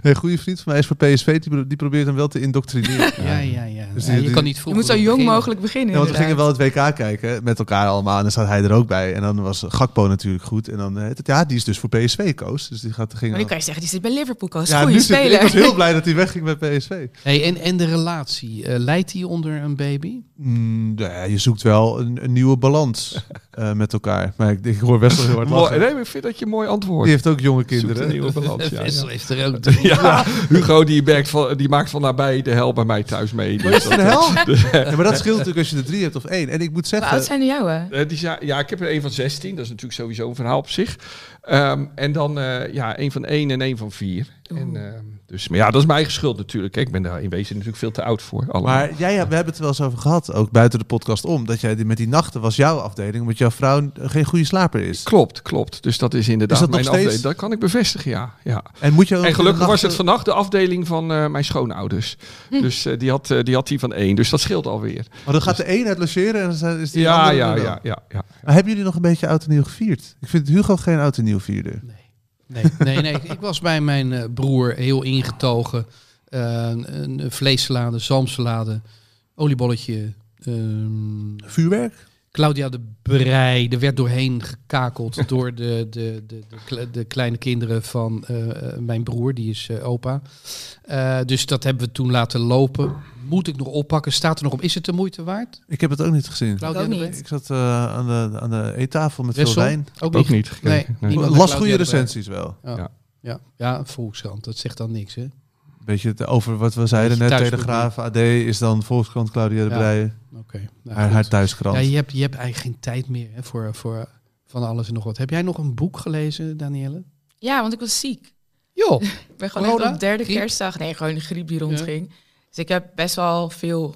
S5: Een goede vriend van mij is voor PSV, die, pro- die probeert hem wel te indoctrineren.
S4: ja, ja, ja.
S5: Dus
S4: Ja,
S5: die-
S4: je
S5: die-
S4: kan niet
S8: Je
S4: vroeg
S8: moet zo
S4: genoeg
S8: jong
S4: beginnen.
S8: mogelijk beginnen.
S5: Ja, want we gingen
S8: inderdaad.
S5: wel het WK kijken met elkaar allemaal. En dan zat hij er ook bij. En dan was Gakpo natuurlijk goed. En dan eh, het, ja, die is dus voor PSV koos. Dus die gaat ging
S8: Maar nu
S5: dan-
S8: kan je zeggen, die zit bij Liverpool, Koos.
S5: ja,
S8: Goeie
S5: nu zit-
S8: speler.
S5: ik was heel blij dat hij wegging bij PSV.
S4: Hey, en, en de relatie, eh, leidt die onder een baby?
S5: Mm, nou ja, je zoekt wel een, een nieuwe balans eh, met elkaar. Maar ik, ik hoor best wel heel hard
S7: Mooi,
S5: lachen.
S7: nee, maar ik vind dat je een mooi antwoord.
S5: Die heeft ook jonge
S7: Zoekt een
S5: kinderen.
S7: nieuwe balans, ja,
S4: Wessel
S7: ja.
S4: heeft Eh, er ook drie.
S7: Ja, Hugo die, merkt van, die maakt van nabij de hel bij mij thuis mee. Dus
S5: Wat
S7: dat-
S5: de hel? Ja, maar dat scheelt natuurlijk als je er drie hebt of één. En ik moet
S8: Hoe oud
S5: zeggen,
S8: zijn de jouwe?
S7: Eh, die zei- ja, ik heb er een van 16. Dat is natuurlijk sowieso een verhaal op zich. Ehm, en dan eh, ja, een van 1 en een van 4. En, ehm, dus, maar ja, dat is mijn eigen schuld natuurlijk. Ik ben daar in wezen natuurlijk veel te oud voor. allemaal.
S5: maar jij, hebt- we hebben het er wel eens over gehad, ook buiten de podcast om, dat jij die- met die nachten was jouw afdeling, omdat jouw vrouw geen goede slaper is.
S7: Klopt, klopt. Dus dat is inderdaad
S5: Is dat nog
S7: mijn
S5: steeds?
S7: afdeling. Dat kan ik bevestigen, ja. ja.
S5: En, moet je ook
S7: En gelukkig
S5: de
S7: was het
S5: nachten-
S7: vannacht de afdeling van eh, mijn schoonouders. Dus eh, die, had, eh, die had die van één. Dus dat scheelt alweer.
S5: Maar dan gaat de een uit logeren en dan zijn- is die
S7: Ja,
S5: andere
S7: ja,
S5: er wel.
S7: ja, ja, ja.
S5: Maar hebben jullie nog een beetje oud en nieuw gevierd? Ik vind Hugo geen oud en nieuw vierder.
S4: Nee, nee, nee. Ik, ik was bij mijn eh, broer heel ingetogen. Eh, een een vleessalade, zalmsalade, oliebolletje. ehm,
S5: Vuurwerk?
S4: Claudia de Brij, er werd doorheen gekakeld door de, de, de, de, kle- de kleine kinderen van eh, eh, mijn broer, die is eh, opa. Eh, dus dat hebben we toen laten lopen. Moet ik nog oppakken? Staat er nog op? Is het de moeite waard?
S5: Ik heb het ook niet gezien.
S4: Claudia
S8: ook
S4: de
S8: niet.
S4: Brij?
S5: Ik zat eh, aan, de, aan de eettafel met
S4: Wessel?
S5: veel wijn.
S4: Ook, niet.
S7: Ook niet.
S4: Nee,
S7: Nee.
S4: niemand naar
S5: Las
S4: Claudia
S5: goede
S4: de Brij.
S5: recensies wel.
S4: Ja, ja, Volkskrant, dat zegt dan niks, hè? Oké.
S5: Beetje het- over wat we zeiden
S4: Beetje
S5: net,
S4: thuis-
S5: Telegraaf, AD is dan Volkskrant Claudia de
S4: Ja,
S5: Breij,
S4: nou,
S5: haar,
S4: goed.
S5: haar thuiskrant.
S4: ja, je, hebt, je hebt eigenlijk geen tijd meer hè, voor, voor van alles en nog wat. Heb jij nog een boek gelezen, Danielle?
S8: Ja, want ik was ziek.
S4: Joh,
S8: Ik ben gewoon
S4: Corona?
S8: echt op de derde
S4: Griep?
S8: kerstdag. Nee, gewoon een griep die rondging. Dus ik heb best wel veel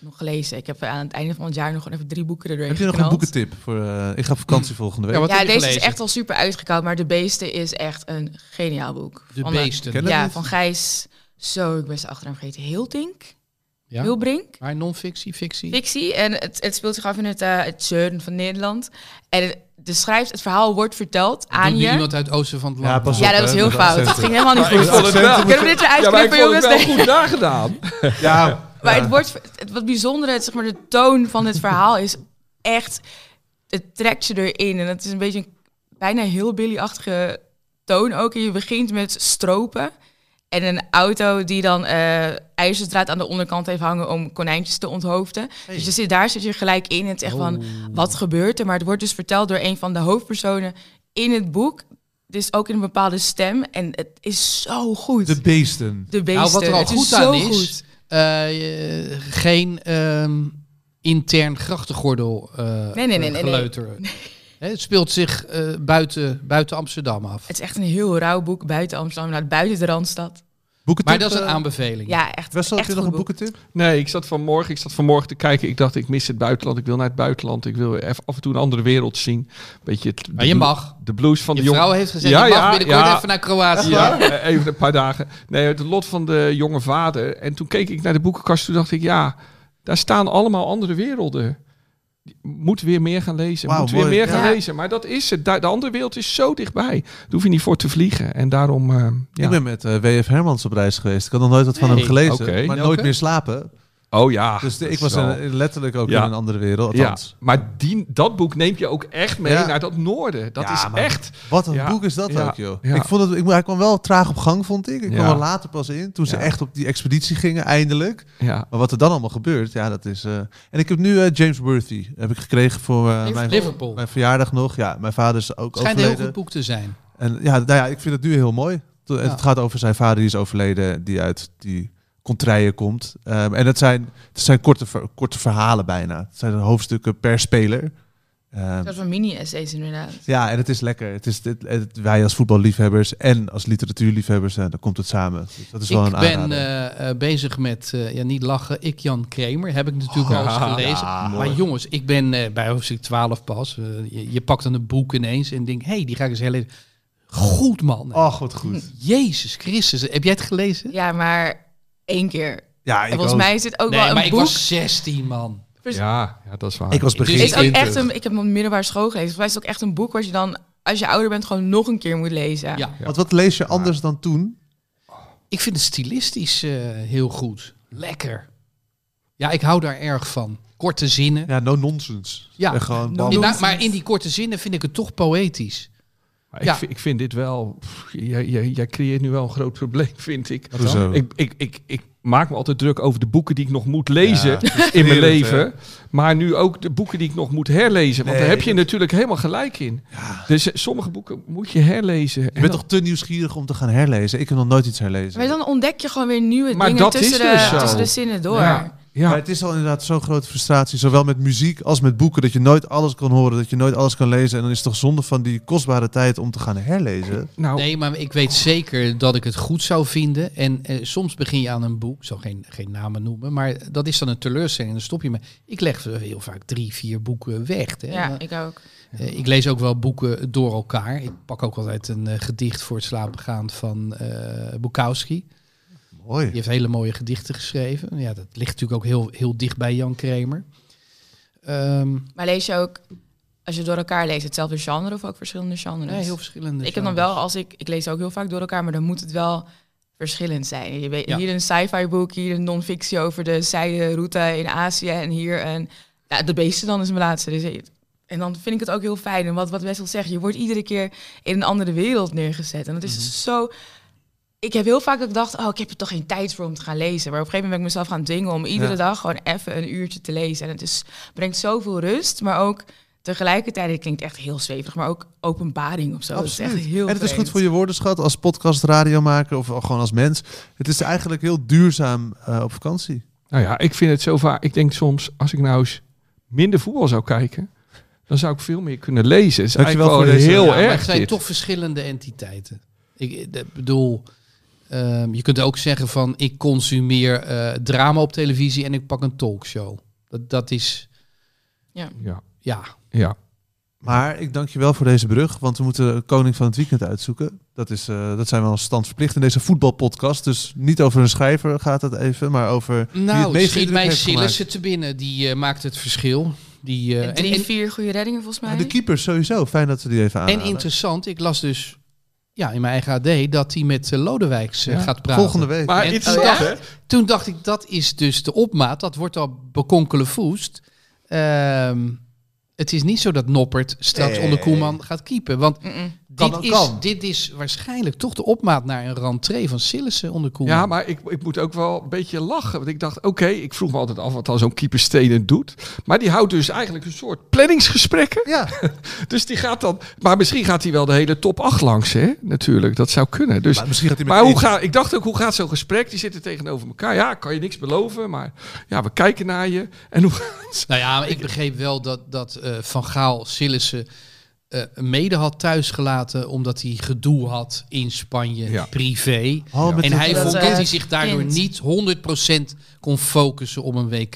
S8: nog gelezen. Ik heb aan het einde van het jaar nog gewoon even drie boeken er doorheen
S5: heb je nog een
S8: geknald.
S5: boekentip? Voor, eh, ik ga op vakantie volgende week.
S4: Ja, wat-
S8: Ja,
S4: heb je
S8: deze is
S4: gelezen?
S8: echt al super uitgekoud. Maar De Beesten is echt een geniaal boek.
S4: de
S8: Van, eh,
S4: beesten.
S5: Ken-
S8: Ja,
S5: niet?
S8: van Gijs. Zo, ik ben zijn achternaam vergeten. Hiltink?
S4: Ja.
S8: Hilbrink?
S4: Maar non-fictie, fictie?
S8: Fictie. En het, het speelt zich af in het, eh het zuiden van Nederland. En het, de schrijft, het verhaal wordt verteld aan
S4: Doet
S8: je.
S4: nu iemand uit het oosten van het land.
S5: Ja, pas
S8: Ja,
S5: op,
S8: dat was
S5: hè,
S8: heel
S5: met
S8: fout.
S5: accenten.
S8: Dat ging helemaal niet
S7: Maar ik
S8: goed.
S7: vond het wel,
S8: Kunnen we dit eruit
S7: ja, maar ik
S8: uitknippen,
S7: vond het
S8: jongens?
S7: wel
S8: Nee.
S7: goed nagedaan.
S5: Ja,
S8: Maar
S5: ja.
S8: het wordt het, wat bijzondere, het, zeg maar, de toon van dit verhaal is echt. Het trekt je erin. En het is een beetje een bijna heel Billy-achtige toon ook. En je begint met stropen. En een auto die dan eh ijzerdraad aan de onderkant heeft hangen om konijntjes te onthoofden. Dus je zit, daar zit je gelijk in. En het is echt
S4: Oh.
S8: van, wat gebeurt er? Maar het wordt dus verteld door een van de hoofdpersonen in het boek. Dus ook in een bepaalde stem. En het is zo goed.
S5: de
S8: De,
S5: beesten.
S8: beesten.
S4: Nou, wat er al
S8: het is
S4: goed
S8: zo
S4: aan is,
S8: goed.
S4: eh, eh, geen ehm, intern grachtengordel eh
S8: nee, nee, nee,
S4: eh,
S8: nee.
S4: geleuteren. Hè, het speelt zich eh, buiten, buiten Amsterdam af.
S8: Het is echt een heel rauw boek buiten Amsterdam, nou, buiten de Randstad.
S5: Boekentip,
S4: maar dat is een
S5: eh,
S4: aanbeveling.
S8: Ja, echt.
S5: Wessel, heb
S8: echt
S5: je nog
S8: goed
S5: een boekentip?
S7: Nee, ik zat vanmorgen, ik zat vanmorgen te kijken. Ik dacht, ik mis het buitenland. Ik wil naar het buitenland. Ik wil even af en toe een andere wereld zien. Beetje het,
S4: Maar je
S7: de blo-
S4: mag.
S7: De blues van
S4: Je
S7: de jongen.
S4: vrouw heeft gezegd,
S7: Ja,
S4: je mag
S7: ja,
S4: binnenkort
S7: ja.
S4: even naar Kroatië.
S7: Ja, eh, even een paar dagen. Nee, het lot van de jonge vader. En toen keek ik naar de boekenkast. Toen dacht ik, ja, daar staan allemaal andere werelden. Moet weer meer gaan lezen.
S5: Wauw,
S7: moet weer
S5: mooi.
S7: meer gaan
S8: Ja.
S7: lezen. Maar dat is het. Daar- De andere wereld is zo dichtbij. Daar hoef je niet voor te vliegen. En daarom. eh, ja.
S5: Ik ben met eh, W.F. Hermans op reis geweest. Ik had nog nooit wat van
S4: Hey,
S5: hem gelezen,
S7: oké.
S5: maar
S4: Welke?
S5: nooit meer slapen.
S7: Oh ja.
S5: Dus de-
S7: dat
S5: ik
S7: is
S5: was
S7: wel-
S5: in- letterlijk ook
S7: Ja.
S5: in een andere wereld. Althans.
S7: Ja, maar die, dat boek neem je ook echt mee
S5: Ja.
S7: naar dat noorden. Dat
S5: Ja,
S7: is
S5: maar-
S7: echt.
S5: Wat een
S7: Ja.
S5: boek is dat
S7: Ja.
S5: ook, joh.
S7: Ja.
S5: Ik vond het, ik, hij kwam wel traag op gang, vond ik. Ik kwam
S7: Ja.
S5: er later pas in, toen ze
S7: Ja.
S5: echt op die expeditie gingen, eindelijk.
S7: Ja.
S5: Maar wat er dan allemaal gebeurt, ja, dat is... eh, En ik heb nu eh, James Worthy, heb ik gekregen voor eh, mijn,
S4: Liverpool.
S5: mijn verjaardag nog. Ja, mijn vader is ook
S4: Het schijnt een heel goed
S5: overleden.
S4: boek te zijn.
S5: En ja, nou ja, ik vind het nu heel mooi. To- en
S4: Ja.
S5: Het gaat over zijn vader die is overleden, die uit die contraien komt. Ehm, en het zijn, het zijn korte, ver- korte verhalen bijna. Het zijn hoofdstukken per speler. Ehm,
S8: Een soort van mini-essays inderdaad.
S5: ja, en het is lekker. Het is, het, het- wij als voetballiefhebbers en als literatuurliefhebbers, eh, dan komt het samen. Dus dat is wel
S4: ik
S5: een
S4: ben
S5: aanrader.
S4: eh, eh, bezig met, eh, ja niet lachen, ik Jan Kramer. Heb ik natuurlijk al eens gelezen. maar jongens, ik ben eh, bij hoofdstuk 12 pas. Eh, je, je pakt dan een boek ineens en denkt, hé, hey, die ga ik eens heel lezen. Goed man.
S5: Oh, wat goed.
S4: Jezus Christus, heb jij het gelezen?
S8: Ja, maar één keer.
S5: Ja,
S7: Ah,
S8: En
S5: ik
S8: volgens
S5: ook.
S8: mij is het ook
S4: nee,
S8: wel een
S4: maar
S8: boek.
S4: ik was 16 man.
S7: Ja, ja, dat is waar.
S5: Ik was begin
S4: Dus
S8: is ook
S4: 20.
S8: echt een, ik heb hem middelbaar school gelezen. Volgens mij is het ook echt een boek wat je dan, als je ouder bent, gewoon nog een keer moet lezen.
S4: Ja.
S5: Want wat lees je anders dan toen?
S4: Ik vind het stilistisch eh, heel goed. Lekker. Ja, ik hou daar erg van. Korte zinnen.
S5: Ja, no nonsense.
S4: Ja.
S5: En gewoon,
S4: In-
S5: bam.
S4: maar, maar in die korte zinnen vind ik het toch poëtisch.
S7: Maar ik,
S4: Ja.
S7: vind, ik vind dit wel. pff, jij, jij, jij creëert nu wel een groot probleem, vind ik.
S5: Hoezo?
S7: Ik, ik, ik, ik maak me altijd druk over de boeken die ik nog moet lezen
S5: Ja,
S7: in mijn
S5: frustrerend,
S7: leven.
S5: hè?
S7: Maar nu ook de boeken die ik nog moet herlezen. Want daar
S5: Nee,
S7: heb je natuurlijk helemaal gelijk in. Dus eh, sommige boeken moet je herlezen.
S5: Je bent toch te nieuwsgierig om te gaan herlezen? Ik heb nog nooit iets herlezen.
S8: Maar dan ontdek je gewoon weer nieuwe
S7: Maar
S8: dingen
S7: dat is
S8: tussen,
S7: dus
S8: de,
S7: zo.
S8: tussen de zinnen door.
S7: Ja.
S5: Maar
S7: Ja,
S5: het is al inderdaad zo'n grote frustratie, zowel met muziek als met boeken, dat je nooit alles kan horen, dat je nooit alles kan lezen. En dan is het toch zonde van die kostbare tijd om te gaan herlezen.
S7: nou,
S4: Nee, maar ik weet zeker dat ik het goed zou vinden. En eh, soms begin je aan een boek, ik zal geen, geen namen noemen, maar dat is dan een teleurstelling en dan stop je me. Ik leg eh, heel vaak drie, vier boeken weg. Hè.
S8: Ja, ik ook.
S4: Eh, ik lees ook wel boeken door elkaar. Ik pak ook altijd een eh, gedicht voor het slapen gaan van eh Bukowski.
S5: Mooi.
S4: Die heeft hele mooie gedichten geschreven. Ja, dat ligt natuurlijk ook heel, heel dicht bij Jan Kramer. Ehm,
S8: Maar lees je ook, als je door elkaar leest, hetzelfde genre of ook verschillende genres?
S4: nee, heel verschillende.
S8: ik heb dan wel, als ik, ik lees ook heel vaak door elkaar, maar dan moet het wel verschillend zijn. Je weet,
S4: Ja.
S8: Hier een sci-fi boek, hier een non-fictie over de zijderoute in Azië en hier een... Nou, de beesten dan is mijn laatste. Dus, ik- en dan vind ik het ook heel fijn. En wat, wat Wessel zegt, je wordt iedere keer in een andere wereld neergezet. En dat is
S5: Mhm.
S8: dus zo... Ik heb heel vaak dat ik dacht, oh, ik heb er toch geen tijd voor om te gaan lezen. Maar op een gegeven moment ben ik mezelf gaan dwingen om iedere
S5: Ja.
S8: dag gewoon even een uurtje te lezen. En het is, brengt zoveel rust, maar ook tegelijkertijd, het klinkt echt heel zweverig, maar ook openbaring of zo. Dat is echt heel
S5: en het is goed
S8: vreemd.
S5: voor je woordenschat als podcast, radiomaker of gewoon als mens. Het is eigenlijk heel duurzaam eh, op vakantie.
S7: nou ja, ik vind het zo vaak. Ik denk soms, als ik nou eens minder voetbal zou kijken, dan zou ik veel meer kunnen lezen. Het is
S5: Dankjewel
S7: eigenlijk wel
S5: voor deze-
S7: heel
S5: Ja,
S4: Maar
S7: erg.
S4: het zijn
S7: dit.
S4: toch verschillende entiteiten. Ik eh, de- bedoel, ehm, je kunt ook zeggen van ik consumeer eh, drama op televisie en ik pak een talkshow. Dat, dat is,
S7: Ja,
S4: ja.
S7: ja.
S5: Maar ik dank je wel voor deze brug, want we moeten de koning van het weekend uitzoeken. Dat, is, eh, dat zijn we als stand verplicht in deze voetbalpodcast. Dus niet over een schrijver gaat het even, maar over wie het
S4: Nou,
S5: meest
S4: schiet
S5: indruk
S4: mij
S5: heeft gemaakt.
S4: Sillissen te binnen. Die eh, maakt het verschil. Die, eh,
S8: En
S4: en,
S8: drie,
S4: en,
S8: vier goede reddingen volgens mij.
S5: Maar de keeper sowieso, fijn dat ze die even
S4: en
S5: aan.
S4: interessant, ik las dus ja, in mijn eigen AD dat hij met eh, Lodewijks eh,
S7: Ja.
S4: gaat praten.
S5: Volgende week.
S7: Maar
S4: En-
S7: interessant,
S8: Oh ja?
S7: hè?
S4: Toen dacht ik, dat is dus de opmaat. Dat wordt al bekonkelen voest. Ehm, het is niet zo dat Noppert straks
S5: Nee.
S4: onder Koeman gaat keepen. Want
S8: Mm-mm.
S5: Kan
S4: dit
S5: ook
S4: is,
S5: kan.
S4: dit is waarschijnlijk toch de opmaat naar een rentree van Sillissen onder Koeman.
S7: Ja, maar ik, ik moet ook wel een beetje lachen. Want ik dacht, oké, ik vroeg me altijd af wat dan zo'n keeper Stenen doet. Maar die houdt dus eigenlijk een soort planningsgesprekken.
S5: Ja,
S7: Dus die gaat dan... Maar misschien gaat hij wel de hele top 8 langs, hè? Natuurlijk, dat zou kunnen. Dus,
S5: maar misschien gaat hij met
S7: maar hoe
S5: één-
S7: ga, ik dacht ook, hoe gaat zo'n gesprek? Die zitten tegenover elkaar. Ja, kan je niks beloven, maar ja, we kijken naar je. En hoe
S4: Nou ja, maar ik begreep wel dat, dat eh, Van Gaal Sillissen eh, mede had thuisgelaten. Omdat hij gedoe had in Spanje,
S7: Ja.
S4: privé.
S5: Oh, met
S4: En
S5: dat-
S4: hij
S8: dat,
S4: vond dat
S8: eh,
S4: hij zich daardoor
S8: kind.
S4: niet 100% kon focussen op een WK.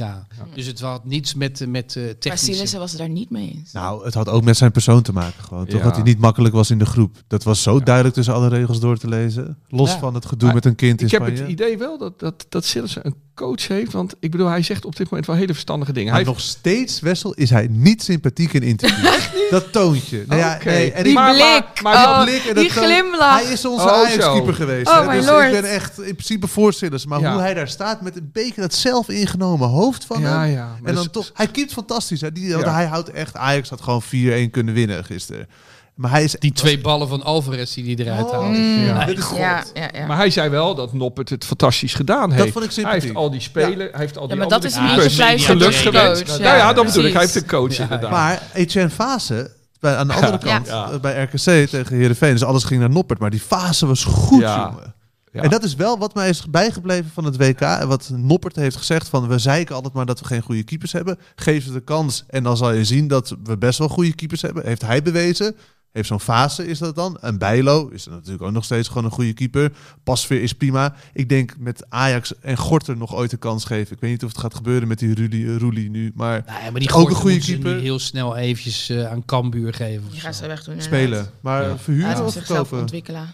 S4: Dus het had niets met, eh, met eh,
S8: Maar
S4: technische...
S8: Sillissen was het daar niet mee eens.
S5: Nou, het had ook met zijn persoon te maken gewoon. Toch
S7: Ja.
S5: dat hij niet makkelijk was in de groep. Dat was zo
S7: Ja.
S5: duidelijk tussen alle regels door te lezen. Los
S4: Ja.
S5: van het gedoe
S7: Maar
S5: met een kind in
S7: Ik heb
S5: Spanje.
S7: het idee wel dat, dat, dat Sillissen een coach heeft. Want ik bedoel, hij zegt op dit moment wel hele verstandige dingen.
S5: maar
S7: Hij
S5: nog steeds, Wessel, is hij niet sympathiek in interviews. dat toontje. Nou ja,
S7: Oké.
S5: nee, en
S7: Die
S5: ik-
S7: maar-
S8: blik,
S7: maar- maar
S8: oh,
S5: blik en
S8: die
S5: dat toon-
S8: glimlach.
S5: Hij is onze
S7: Oh,
S5: Ajax-keeper
S7: zo.
S5: geweest.
S8: Oh,
S5: hè,
S8: my
S5: dus
S8: lord.
S5: ik ben echt in principe voorzitters. Maar
S7: Ja.
S5: hoe hij daar staat met een beetje dat zelf ingenomen hoofd van
S7: ja,
S5: hem.
S7: ja. maar
S5: En
S7: dat
S5: dan
S7: is-
S5: toch, hij keept fantastisch. Hè? Die,
S7: Ja.
S5: Hij houdt echt, Ajax had gewoon 4-1 kunnen winnen gisteren. Maar hij is
S4: Die twee ballen van Alvarez die hij eruit haalt.
S7: Ja.
S5: dit is goed.
S8: ja, ja, ja.
S7: Maar hij zei wel dat Noppert het fantastisch gedaan heeft.
S5: vond ik
S7: hij
S5: sympathiek.
S7: heeft al die spelen, hij heeft al die
S8: maar dat
S7: andere
S8: is een
S4: beetje
S7: keepers
S4: een pleister
S7: geluk
S4: voor de
S7: gewenst.
S8: coach,
S7: Nou
S8: ja.
S7: ja, dat bedoel ik. Hij
S8: Precies.
S7: heeft een coach inderdaad.
S5: Maar Etienne Fase, bij, aan de andere kant,
S8: Ja.
S5: eh, bij RKC tegen Heerenveen, dus alles ging naar Noppert. Maar die fase was goed,
S7: Ja.
S5: jongen.
S7: Ja.
S5: En dat is wel wat mij is bijgebleven van het WK. En wat Noppert heeft gezegd van we zeiken altijd maar dat we geen goede keepers hebben. Geef ze de kans en dan zal je zien dat we best wel goede keepers hebben. Heeft hij bewezen. Heeft zo'n fase is dat dan. En Bijlo is dan natuurlijk ook nog steeds gewoon een goede keeper. Pasveer is prima. Ik denk met Ajax en Gorter nog ooit een kans geven. Ik weet niet of het gaat gebeuren met die Ruli, Ruli nu. Maar
S4: Nou ja, maar die
S5: Ook een
S4: Gorter
S5: goede
S4: moeten ze
S5: keeper.
S4: nu heel snel eventjes eh, aan Cambuur geven. of
S8: Die gaan
S4: zo.
S8: ze weg doen.
S5: spelen. Maar
S7: Ja.
S5: verhuren
S8: Ja,
S5: of
S8: zichzelf
S5: verkopen?
S8: ontwikkelen.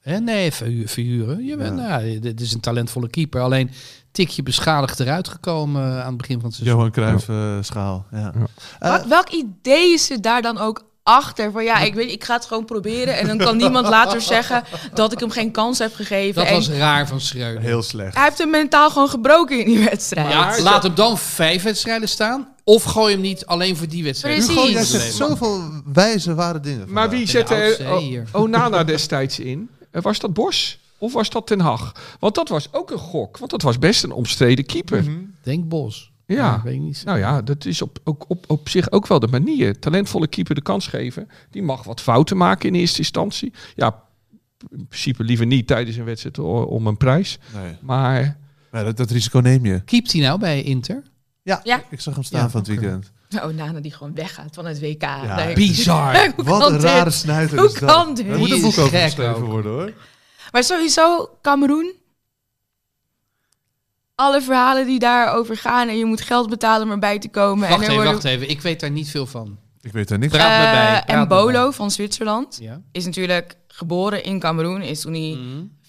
S4: Hè? Nee, verhu- verhuren. Je bent,
S5: Ja.
S4: nou, dit is een talentvolle keeper. Alleen tikje beschadigd eruit gekomen eh, aan het begin van het seizoen.
S5: Johan Cruijff eh, schaal. Ja.
S7: Ja.
S5: Eh,
S8: Wat- welk idee is er daar dan ook achter? Van ja, ik, weet, ik ga het gewoon proberen. En dan kan niemand later zeggen dat ik hem geen kans heb gegeven.
S4: Dat
S8: En
S4: was raar van Schreuder.
S5: heel slecht.
S8: Hij heeft hem mentaal gewoon gebroken in die wedstrijd.
S4: Ja, laat hem dan vijf wedstrijden staan. Of gooi hem niet alleen voor die wedstrijd.
S8: Precies.
S5: Hugo, jij
S8: Precies.
S5: zegt zoveel wijze ware dingen.
S7: Maar
S5: vandaag.
S7: wie zette
S4: oudste,
S7: er- O-
S4: hier.
S7: Onana destijds in? Eh, Was dat Bos? Of was dat Ten Hag? Want dat was ook een gok. Want dat was best een omstreden keeper.
S4: Denk Bos.
S7: Ja.
S4: ik weet niet.
S7: Nou ja, dat is op, ook, op, op zich ook wel de manier. Talentvolle keeper de kans geven. Die mag wat fouten maken in eerste instantie. Ja, in principe liever niet tijdens een wedstrijd o- om een prijs.
S5: Nee.
S7: Maar
S5: Maar dat, dat risico neem je.
S4: Keept hij nou bij Inter?
S5: Ja,
S8: Ja.
S5: ik zag hem staan
S4: Ja,
S5: van het weekend.
S8: Nou, Nana die gewoon weggaat van het WK. Nee.
S4: Bizar.
S8: Hoe
S5: Wat
S8: kan
S5: een
S8: dit?
S5: rare snuiter
S8: Hoe
S5: is dat.
S8: kan dit?
S5: Er moet een
S4: Die
S5: boek
S4: is
S5: over
S4: gek
S5: geschreven
S4: ook.
S5: worden hoor.
S8: Maar sowieso, Cameroen. Alle verhalen die daarover gaan en je moet geld betalen om erbij te komen.
S4: Wacht
S8: en
S4: even, wacht even. Ik weet daar niet veel van.
S5: Ik weet daar niks
S4: Praat maar bij,
S8: Eh,
S4: praat
S8: en
S4: maar
S8: Bolo
S4: bij.
S8: van Zwitserland
S4: Ja.
S8: is natuurlijk geboren in Cameroen. Is toen hij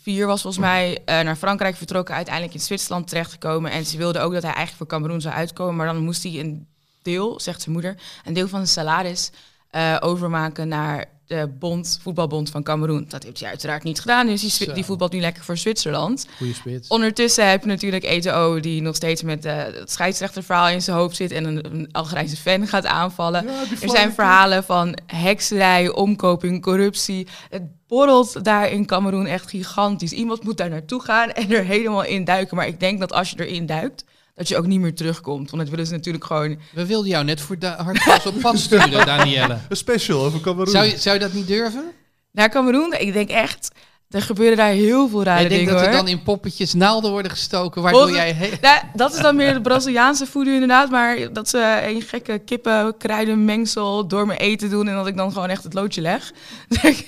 S8: vier was volgens mij eh, naar Frankrijk vertrokken. Uiteindelijk in Zwitserland terechtgekomen. En ze wilde ook dat hij eigenlijk voor Cameroen zou uitkomen. Maar dan moest hij een deel, zegt zijn moeder, een deel van zijn salaris eh, overmaken naar de bond, voetbalbond van Cameroen. Dat heeft hij uiteraard niet gedaan. Dus die, Zwi-
S4: Zo.
S8: die voetbalt nu lekker voor Zwitserland.
S4: Goeie spits.
S8: Ondertussen heb je natuurlijk ETO die nog steeds met eh, het scheidsrechterverhaal in zijn hoofd zit en een, een Algerijnse fan gaat aanvallen. er zijn verhalen van hekserij, omkoping, corruptie. Het borrelt daar in Cameroen echt gigantisch. Iemand moet daar naartoe gaan en er helemaal in duiken. Maar ik denk dat als je erin duikt, dat je ook niet meer terugkomt. Want dat willen ze natuurlijk gewoon.
S4: We wilden jou net voor da- hardpas op pad sturen, Danielle.
S5: Een special over Cameroen.
S4: Zou je, zou je dat niet durven?
S8: Naar Cameroen, ik denk echt, er gebeuren daar heel veel rare
S4: Jij denkt
S8: dingen.
S4: dat er
S8: hoor.
S4: dan in poppetjes naalden worden gestoken, waardoor
S8: Volgens-
S4: jij... he-
S8: Nou, dat is dan meer de Braziliaanse voeding inderdaad. Maar dat ze een gekke kippen, kruidenmengsel door mijn eten doen. En dat ik dan gewoon echt het loodje leg. er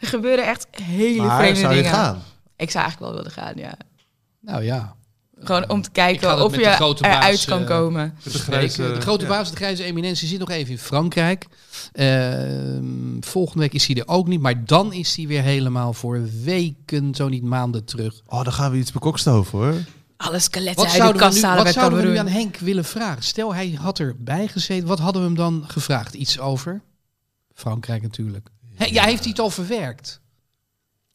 S8: gebeuren echt hele
S5: maar
S8: vreemde
S5: zou je
S8: dingen.
S5: gaan?
S8: Ik zou eigenlijk wel willen gaan, ja.
S4: Nou ja.
S8: Gewoon om te
S4: Ik ga
S8: kijken
S4: dat
S8: of
S4: met
S8: je
S4: de grote baas,
S8: eruit kan
S4: eh,
S8: komen.
S5: De
S4: Kijk, de grote baas, de grijze eminentie, zit nog even in Frankrijk. Ehm, volgende week is hij er ook niet, maar dan is hij weer helemaal voor weken, zo niet maanden terug.
S5: Oh, dan gaan we iets bekokstoven hoor.
S8: Alle skeletten
S4: Wat
S8: uit de
S4: zouden,
S8: kast
S4: we nu,
S8: halen
S4: wat
S8: bij
S4: zouden we nu aan
S8: Cameroen.
S4: Henk willen vragen? Stel, hij had erbij gezeten. Wat hadden we hem dan gevraagd? Iets over? Frankrijk natuurlijk. He- ja, heeft hij het al verwerkt?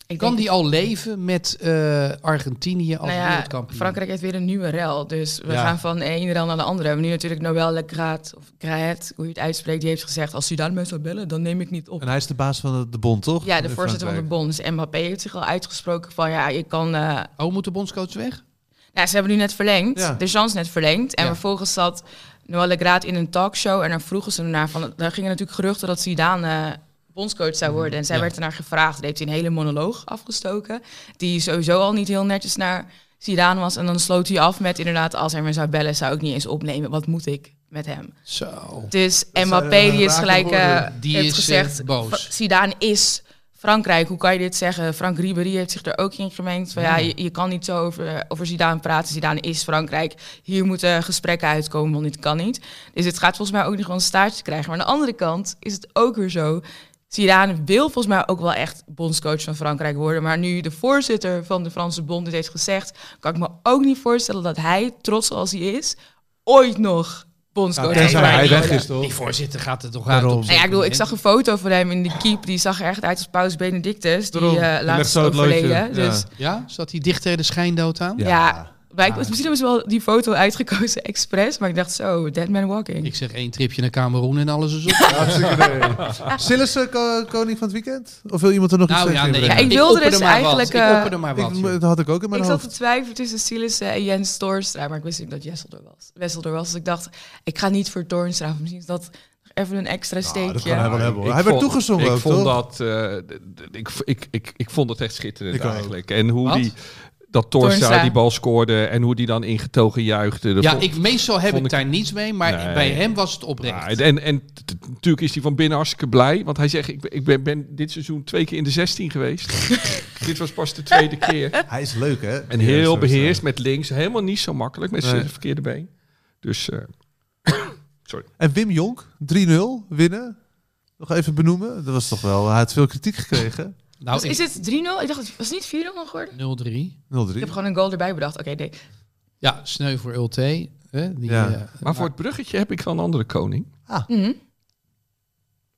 S8: Ik
S4: Kan
S8: denk-
S4: die al leven met eh, Argentinië als
S8: nou ja,
S4: wereldkampioen?
S8: Frankrijk heeft weer een nieuwe rel. Dus we
S4: Ja.
S8: gaan van de ene rel naar de andere. We hebben nu natuurlijk Noël Legraat, of Graet, hoe je het uitspreekt. Die heeft gezegd, als Sudan mij zou bellen, dan neem ik niet op.
S5: En hij is de baas van de, de bond, toch?
S8: Ja,
S5: In
S8: de voorzitter van de
S5: Frankrijk.
S8: bond. Dus Mbappé heeft zich al uitgesproken van ja, je kan. eh,
S4: Oh, moet de bondscoach weg?
S8: nou, ze hebben nu net verlengd,
S5: Ja.
S8: de chance net verlengd. En
S4: Ja.
S8: vervolgens zat Noël Graat in een talkshow en dan vroegen ze ernaar van. Daar gingen natuurlijk geruchten dat Zidane eh, bondscoach zou
S5: Mhm.
S8: worden. En zij
S4: Ja.
S8: werd ernaar gevraagd. Daar heeft hij een hele monoloog afgestoken, die sowieso al niet heel netjes naar Zidane was. En dan sloot hij af met inderdaad, als hij me zou bellen, zou ik niet eens opnemen. Wat moet ik met hem?
S4: Zo.
S8: Dus
S5: zijn,
S8: Mbappé
S5: eh,
S8: die is
S5: rake
S8: gelijk eh,
S5: woorden.
S4: Die
S8: heeft
S4: is, eh,
S8: gezegd,
S4: boos.
S8: Fra- Zidane is Frankrijk. Hoe kan je dit zeggen? Frank Ribéry heeft zich er ook in gemengd. Van, ja. je, je kan niet zo over, eh, over Zidane praten. Zidane is Frankrijk. Hier moeten gesprekken uitkomen, want dit kan niet. Dus het gaat volgens mij ook nog wel een staartje krijgen. Maar aan de andere kant is het ook weer zo. Zidane wil volgens mij ook wel echt bondscoach van Frankrijk worden. Maar nu de voorzitter van de Franse bond dit heeft gezegd... kan ik me ook niet voorstellen dat hij, trots als hij is... ooit nog bondscoach
S5: Ja, Nou,
S8: van
S5: tenzij hij
S8: Frankrijk
S5: weg
S8: wordt.
S5: is, toch?
S4: Die voorzitter gaat er toch
S5: Daarom.
S4: uit op
S8: Nou ja, ik bedoel, ik
S4: moment.
S8: zag een foto van hem in de keep. Die zag er echt uit als Paus Benedictus. Die
S5: Daarom.
S8: eh,
S5: Die legt
S8: laatst
S5: zo
S8: is
S5: het loodje.
S8: overleden.
S5: Ja.
S8: Dus
S4: Ja? Zat hij dicht tegen de schijndood aan?
S8: ja, Maar ik, misschien hebben ze wel die foto uitgekozen expres. Maar ik dacht zo, Dead Man Walking.
S4: Ik zeg één tripje naar Cameroen en alles is op.
S5: Hartstikke idee. Sillis eh, ko- koning van het weekend? Of wil iemand er nog
S4: nou
S5: iets
S4: ja,
S5: tegen
S4: nee.
S5: inbrengen?
S8: Ja, ik wilde
S4: opperde
S8: dus
S4: maar wat.
S8: eigenlijk,
S4: Ik
S8: eh,
S4: opperde maar wat.
S5: Ik-
S4: joh.
S5: Dat had ik ook in mijn
S8: Ik zat
S5: hoofd.
S8: te twijfelen tussen Silissen en Jens Toornstra. Maar ik wist niet dat Jessel er was. Wessel er was. Dus ik dacht, ik ga niet voor Toornstra. of Misschien is dat even een extra
S5: Ah, dat
S8: steekje.
S5: kan hij wel hebben hoor.
S7: Ik
S5: Hij werd
S7: vond-
S5: toegezongen
S7: ik
S5: ook, toch?
S7: vond Dat, eh, d- d- ik, v- ik, ik, ik vond dat echt schitterend
S5: Ik ook.
S7: eigenlijk. En hoe
S4: Wat?
S7: die, dat Torsta
S8: Tornstra.
S7: die bal scoorde en hoe die dan ingetogen juichte. dat
S4: Ja,
S7: vond-
S4: ik, meestal heb
S7: vond
S4: ik
S7: ik-
S4: daar niets mee, maar
S7: Nee. Nou,
S4: bij hem was het oprecht.
S7: Ja, en en t- t- natuurlijk is hij van binnen hartstikke blij. Want hij zegt, ik, ben- ik ben, ben dit seizoen twee keer in de 16 geweest. dit was pas de tweede keer.
S5: Hij is leuk, hè? eh.
S7: En
S5: Ja,
S7: heel
S5: sowieso.
S7: beheerst met links. Helemaal niet zo makkelijk met zijn
S5: Nee.
S7: verkeerde been. Dus eh,
S5: En Wim Jonk, 3-0 winnen. Nog even benoemen. Dat was toch wel... Hij had veel kritiek gekregen. 0-3.
S4: nou,
S8: Dus is
S4: ik-
S8: het 3-0? Ik dacht, was het niet 4-0 nog geworden?
S4: 0-3.
S8: Ik heb gewoon een goal erbij bedacht. Oké, nee.
S4: Ja, sneu voor Ulte. Hè, die,
S5: Ja.
S4: eh,
S7: maar voor het bruggetje heb ik wel een andere koning.
S8: Mhm.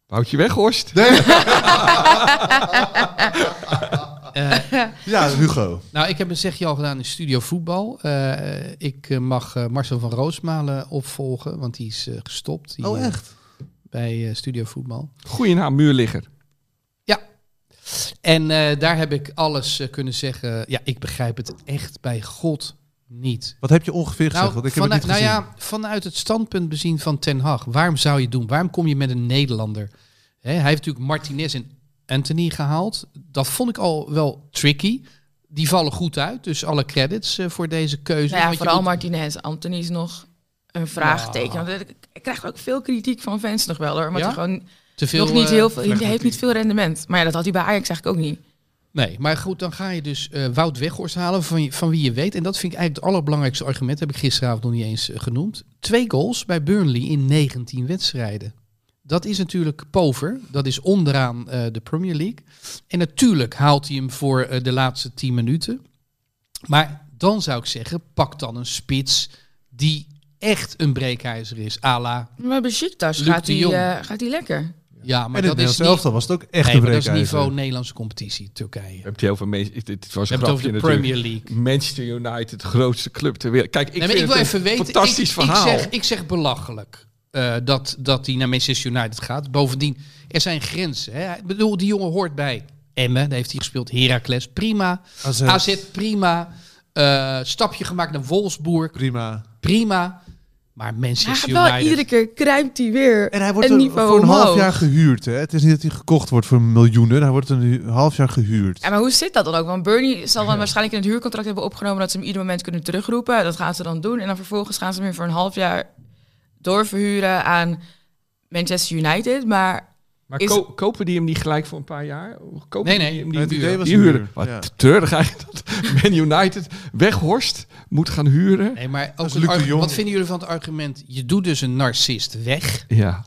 S7: Houd je weg, Horst.
S4: eh,
S5: Ja, Hugo.
S4: Nou, ik heb een zegje al gedaan in Studio Voetbal. Eh, ik eh, mag eh, Marcel van Roosmalen opvolgen, want die is eh, gestopt hier,
S5: Oh, echt?
S4: bij eh, Studio Voetbal.
S7: Goeie naam, muurligger.
S4: En eh, daar heb ik alles eh, kunnen zeggen. Ja, ik begrijp het echt bij God niet.
S5: Wat heb je ongeveer gezegd?
S4: Nou,
S5: Want ik heb
S4: vanuit,
S5: het niet
S4: nou
S5: gezien.
S4: ja, vanuit het standpunt bezien van Ten Hag, waarom zou je het doen? Waarom kom je met een Nederlander? Hè, hij heeft natuurlijk Martinez en Anthony gehaald. Dat vond ik al wel tricky. Die vallen goed uit, dus alle credits eh, voor deze keuze.
S8: Nou ja,
S4: Want je
S8: vooral
S4: moet-
S8: Martinez. Anthony is nog een vraagteken.
S4: Ja.
S8: Want ik, ik krijg ook veel kritiek van fans nog wel hoor. Omdat
S4: Nou. Ja?
S8: hij gewoon
S4: te veel,
S8: nog niet
S4: eh,
S8: heel veel, hij
S5: vlechtmatiek.
S8: heeft niet veel rendement. Maar ja, dat had hij bij Ajax eigenlijk ook niet.
S4: Nee, maar goed, dan ga je dus eh, Wout Weghorst halen van, je- van wie je weet. En dat vind ik eigenlijk het allerbelangrijkste argument. Heb ik gisteravond nog niet eens eh, genoemd. Twee goals bij Burnley in 19 wedstrijden. Dat is natuurlijk pover. Dat is onderaan eh, de Premier League. En natuurlijk haalt hij hem voor eh, de laatste 10 minuten. Maar dan zou ik zeggen, pak dan een spits die echt een breekijzer is. Ala.
S8: Maar bij Besiktas
S4: Luc
S8: gaat
S4: de
S8: hij,
S4: Jong.
S8: eh, gaat hij lekker.
S4: Ja, maar
S5: en in
S4: dat
S5: het
S4: is,
S5: Nederlands
S4: niet,
S5: elftal was het ook echt
S4: nee,
S5: een
S4: maar dat is
S5: breekijzer.
S4: niveau Nederlandse competitie, Turkije.
S7: Je hebt heel veel mensen. Dit, dit was
S4: We
S7: een
S4: hebben het over
S7: grapje
S4: de
S7: natuurlijk.
S4: Premier League.
S7: Manchester United, de grootste club ter wereld. Kijk, ik,
S4: Nee, maar
S7: vind
S4: ik wil
S7: het
S4: even
S7: een
S4: weten.
S7: fantastisch
S4: ik,
S7: verhaal.
S4: Ik zeg, ik zeg belachelijk eh, dat, dat hij naar Manchester United gaat. Bovendien, er zijn grenzen. Hè. Ik bedoel, die jongen hoort bij Emmen. Daar heeft hij gespeeld. Heracles, prima.
S5: AZ.
S4: AZ, prima. Eh, stapje gemaakt naar Wolfsburg,
S5: Prima.
S4: prima. Maar
S8: Hij gaat
S4: Manchester
S8: wel
S4: United...
S8: iedere keer kruipt hij weer.
S5: En hij wordt
S8: een
S5: er
S8: niveau
S5: voor een half
S8: omhoog.
S5: jaar gehuurd. Hè? Het is niet dat hij gekocht wordt voor miljoenen. Hij wordt een hu- half jaar gehuurd.
S8: Ja, maar hoe zit dat dan ook? Want Bernie zal dan waarschijnlijk in het huurcontract hebben opgenomen dat ze hem ieder moment kunnen terugroepen. Dat gaan ze dan doen. En dan vervolgens gaan ze hem weer voor een half jaar doorverhuren aan Manchester United. Maar
S7: maar
S8: is-
S7: ko- kopen die hem niet gelijk voor een paar jaar? Kopen
S4: Nee, nee.
S7: Die hem
S5: Maar
S7: niet
S5: het idee was
S7: die
S5: een
S7: huren.
S5: huur.
S7: Wat
S5: Ja.
S7: treurig eigenlijk dat Man United weghorst moet gaan huren.
S4: Nee, maar ook
S5: is
S4: een
S5: Luc de
S4: argu-
S5: Jong.
S4: wat vinden jullie van het argument? Je doet dus een narcist weg.
S7: Ja.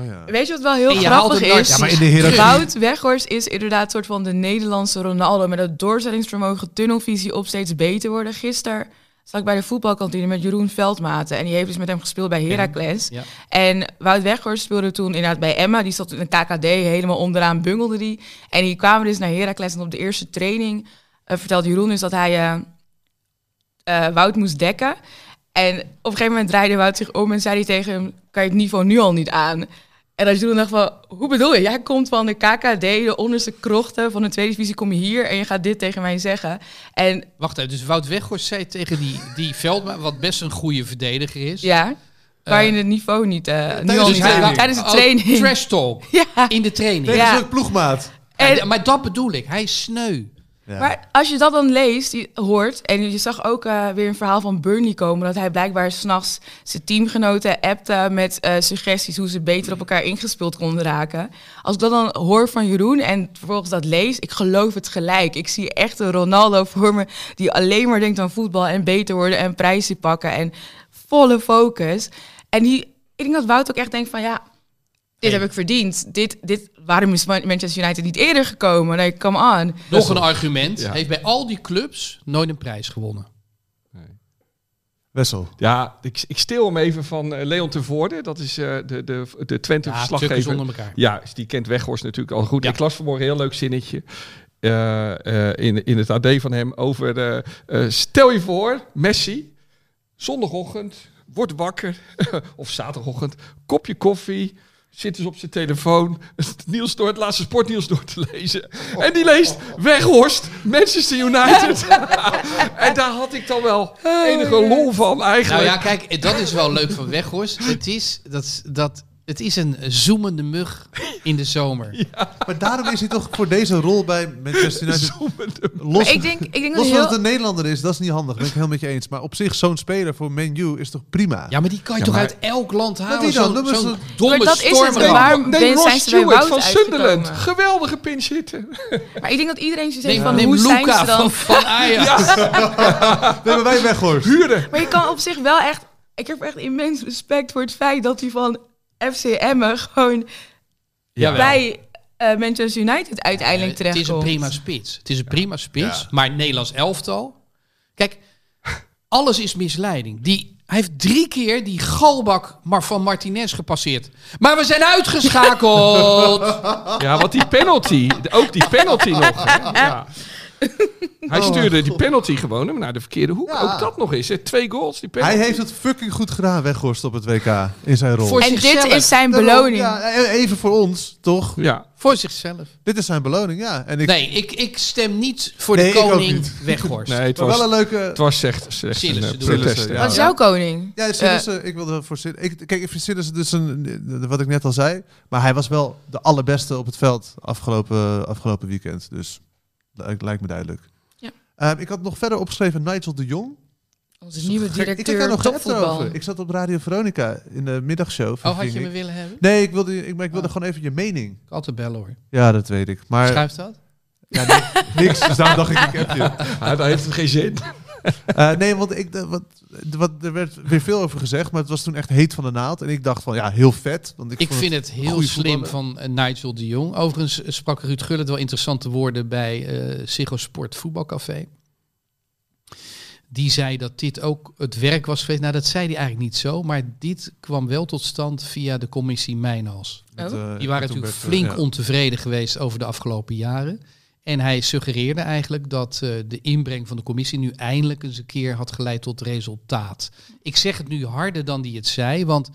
S5: Oh, ja.
S8: weet je wat wel heel
S4: En je haalt
S8: grappig
S4: hem nooit-
S8: is?
S4: Ja,
S5: maar in de hiërarchie-
S8: Wout Weghorst is inderdaad een soort van de Nederlandse Ronaldo. Met dat doorzettingsvermogen, tunnelvisie op steeds beter worden. Gisteren zat ik bij de voetbalkantine met Jeroen Veldmaten. En die heeft dus met hem gespeeld bij Heracles.
S4: Ja.
S8: En Wout Weghorst speelde toen inderdaad bij Emma. Die zat in een KKD, helemaal onderaan bungelde die. En die kwamen dus naar Heracles. En op de eerste training eh, vertelde Jeroen dus dat hij eh, eh, Wout moest dekken. En op een gegeven moment draaide Wout zich om en zei hij tegen hem... kan je het niveau nu al niet aan? En als Jeroen dacht van, hoe bedoel je? Jij komt van de KKD, de onderste krochten van de tweede divisie, kom je hier en je gaat dit tegen mij zeggen. En
S4: Wacht even, dus Wout Weghorst zei tegen die, die Veldman, wat best een goede verdediger is...
S8: ja, waar je het niveau niet... eh, nu
S5: de
S8: al niet
S5: training.
S8: aan- tijdens de
S4: Oh,
S8: training.
S4: trash talk.
S8: Ja.
S4: In de training.
S5: Tegen
S8: Ja.
S5: zijn ploegmaat.
S8: En-
S4: Ja, maar dat bedoel ik. Hij is sneu.
S5: Ja.
S8: Maar als je dat dan leest, die- hoort, en je zag ook eh, weer een verhaal van Bernie komen, dat hij blijkbaar s'nachts zijn teamgenoten appte met eh, suggesties hoe ze beter op elkaar ingespeeld konden raken. Als ik dat dan hoor van Jeroen en vervolgens dat lees, ik geloof het gelijk. Ik zie echt een Ronaldo voor me die alleen maar denkt aan voetbal en beter worden en prijzen pakken en volle focus. En die, ik denk dat Wout ook echt denkt van ja, dit heb ik verdiend. Dit, dit, waarom is Man- Manchester United niet eerder gekomen? Nee, come on.
S4: Nog een argument.
S7: Ja.
S4: Heeft bij al die clubs nooit een prijs gewonnen.
S5: Wessel.
S7: Ja, ik, ik stil hem even van eh, Leon Tervoorde. Dat is eh, de, de, de
S4: Tukkers
S7: Twente-verslaggever.
S4: onder elkaar.
S7: Ja, die kent Weghorst natuurlijk al goed.
S4: Ja.
S7: Ik las vanmorgen een heel leuk zinnetje eh, eh, in, in het AD van hem over... eh, eh, stel je voor, Messi, zondagochtend, wordt wakker, of zaterdagochtend, kopje koffie... Zit dus op zijn telefoon het, nieuws door, het laatste sportnieuws door te lezen. En die leest Weghorst, Manchester United. en daar had ik dan wel enige lol van eigenlijk.
S8: Nou
S4: Nou ja, kijk, dat is wel leuk van Weghorst. Het is dat, dat Het is een zoemende mug in de zomer.
S5: Maar daarom is hij toch voor deze rol bij Manchester United... Los,
S8: Maar ik denk, ik denk dat
S5: los van dat het
S8: heel...
S5: een Nederlander is, dat is niet handig. Ben ik heel met je eens. Maar op zich, zo'n speler voor Man U is toch prima?
S4: Ja, maar die kan je
S7: Ja,
S4: toch
S7: maar-
S4: uit elk land halen?
S5: die dan?
S4: Zo'n
S5: Dat was
S4: zo'n
S5: een-
S4: domme
S8: Maar dat is het,
S4: stormram.
S8: waar-
S7: Nee,
S8: ben-
S7: Ross
S8: zijn ze bij
S7: Stewart
S8: Wout
S7: van Sunderland.
S8: uitgekomen?
S7: Geweldige pinch hitter.
S8: Maar ik denk dat iedereen zoiets heeft
S4: Neem,
S8: van,
S4: neem
S8: hoe zijn
S4: Luca
S8: ze
S4: van,
S8: dan?
S4: van Ajax.
S5: We hebben wij weghorst.
S7: Huurde.
S8: Maar je kan op zich wel echt... Ik heb echt immens respect voor het feit dat hij van FC Emmen gewoon
S4: Jawel.
S8: bij eh, Manchester United uiteindelijk
S4: Eh, Het
S8: terechtkomt.
S4: is een prima spits. Het is een prima spits, maar het Nederlands elftal. Kijk, alles is misleiding. Die, hij heeft drie keer die galbak maar van Martinez gepasseerd. Maar we zijn uitgeschakeld.
S7: Ja, want die penalty. Ook die penalty nog. hè. Ja. Hij stuurde die penalty gewoon naar de verkeerde hoek.
S5: Oh. Ja.
S7: Ook dat nog eens. hè. Twee goals, die penalty.
S5: Hij heeft het fucking goed gedaan, weghorst op het WK. In zijn rol.
S4: Voor
S8: En dit
S4: zichzelf.
S8: is zijn
S5: Daarom,
S8: beloning.
S5: Ja, e- even voor ons, toch?
S7: Ja.
S4: Voor zichzelf.
S5: Dit is zijn beloning, ja. En ik,
S4: Nee, ik, ik stem niet voor
S5: Nee,
S4: de
S5: ik ook
S4: koning
S5: niet.
S4: Weghorst.
S7: Nee, het
S5: maar
S7: was,
S5: wel een leuke...
S7: het was echt slechts een
S4: Sillissen
S7: eh,
S4: doen we.
S7: protest.
S5: Sillissen,
S7: hè.
S8: Wat is
S5: Ja.
S8: jouw koning? Eh,
S5: Ja, Sillissen, ik wilde voor Sil- ik, Kijk, ik vind Sillissen dus een, wat ik net al zei. Maar hij was wel de allerbeste op het veld afgelopen, afgelopen weekend. Dus lijkt, lijkt me duidelijk.
S8: Ja.
S5: Eh, ik had nog verder opgeschreven Nigel de Jong.
S8: Onze nieuwe
S5: ik kijk daar
S8: directeur
S5: nog even
S8: topvoetbal.
S5: over. Ik zat op Radio Veronica in de middagshow.
S4: Oh, had je
S5: verging
S4: me
S5: ik.
S4: willen hebben?
S5: Nee, ik wilde, ik, maar ik wilde
S4: Ah.
S5: gewoon even je mening.
S4: Ik had te bellen hoor.
S5: Ja, dat weet ik. Maar
S4: Schrijf dat?
S5: ja, ni- niks, dus daarom dacht ik, ik heb je.
S7: Ja, daar heeft het geen zin.
S5: Eh, nee, want ik, eh, wat, wat, er werd weer veel over gezegd, maar het was toen echt heet van de naald. En ik dacht van, ja, heel vet. Want ik
S4: Ik
S5: vond
S4: vind het heel
S5: goeie
S4: slim van eh, Nigel de Jong. Overigens eh, sprak Ruud Gullit wel interessante woorden bij eh Ziggo Sport Voetbalcafé. Die zei dat dit ook het werk was geweest. Nou, dat zei hij eigenlijk niet zo. Maar dit kwam wel tot stand via de commissie Mijnals.
S5: het,
S8: Oh.
S5: eh,
S4: Die waren
S5: toen
S4: natuurlijk
S5: werd, eh,
S4: flink
S5: ja.
S4: ontevreden geweest over de afgelopen jaren. En hij suggereerde eigenlijk dat eh, de inbreng van de commissie nu eindelijk eens een keer had geleid tot resultaat. Ik zeg het nu harder dan die het zei, want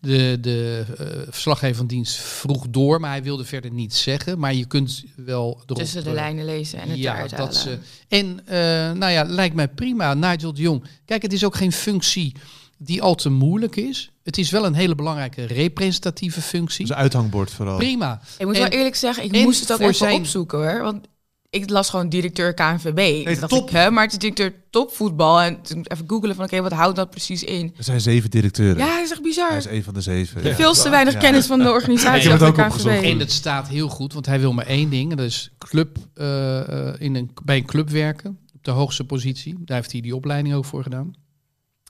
S4: de, de eh, verslaggever van dienst vroeg door, maar hij wilde verder niets zeggen. Maar je kunt wel erop,
S8: Tussen de
S4: eh,
S8: lijnen lezen en het
S4: ja,
S8: eruit
S4: dat ze.
S8: halen.
S4: En eh, nou ja, lijkt mij prima. Nigel de Jong. Kijk, het is ook geen functie die al te moeilijk is. Het is wel een hele belangrijke representatieve functie.
S5: Dus een uithangbord vooral.
S4: Prima.
S8: Ik moet
S4: En-
S8: wel eerlijk zeggen, ik
S4: en
S8: moest het ook
S4: voor
S8: even
S4: zijn-
S8: opzoeken hoor. Want ik las gewoon directeur KNVB. Nee, dacht
S5: top.
S8: ik, hè, maar het is directeur topvoetbal. En toen even googelen van oké, wat houdt dat precies in?
S5: Er zijn zeven directeuren.
S8: Ja, dat is echt bizar.
S5: Hij is een van de zeven. ja.
S8: Veel te weinig
S5: Ja.
S8: kennis van de
S4: Ik
S8: organisatie
S4: heb
S5: het
S8: achter
S5: ook opgezocht.
S8: KNVB.
S4: En dat staat heel goed, want hij wil maar één ding. En dat is club, eh, eh, in een, bij een club werken. Op de hoogste positie. Daar heeft hij die opleiding ook voor gedaan.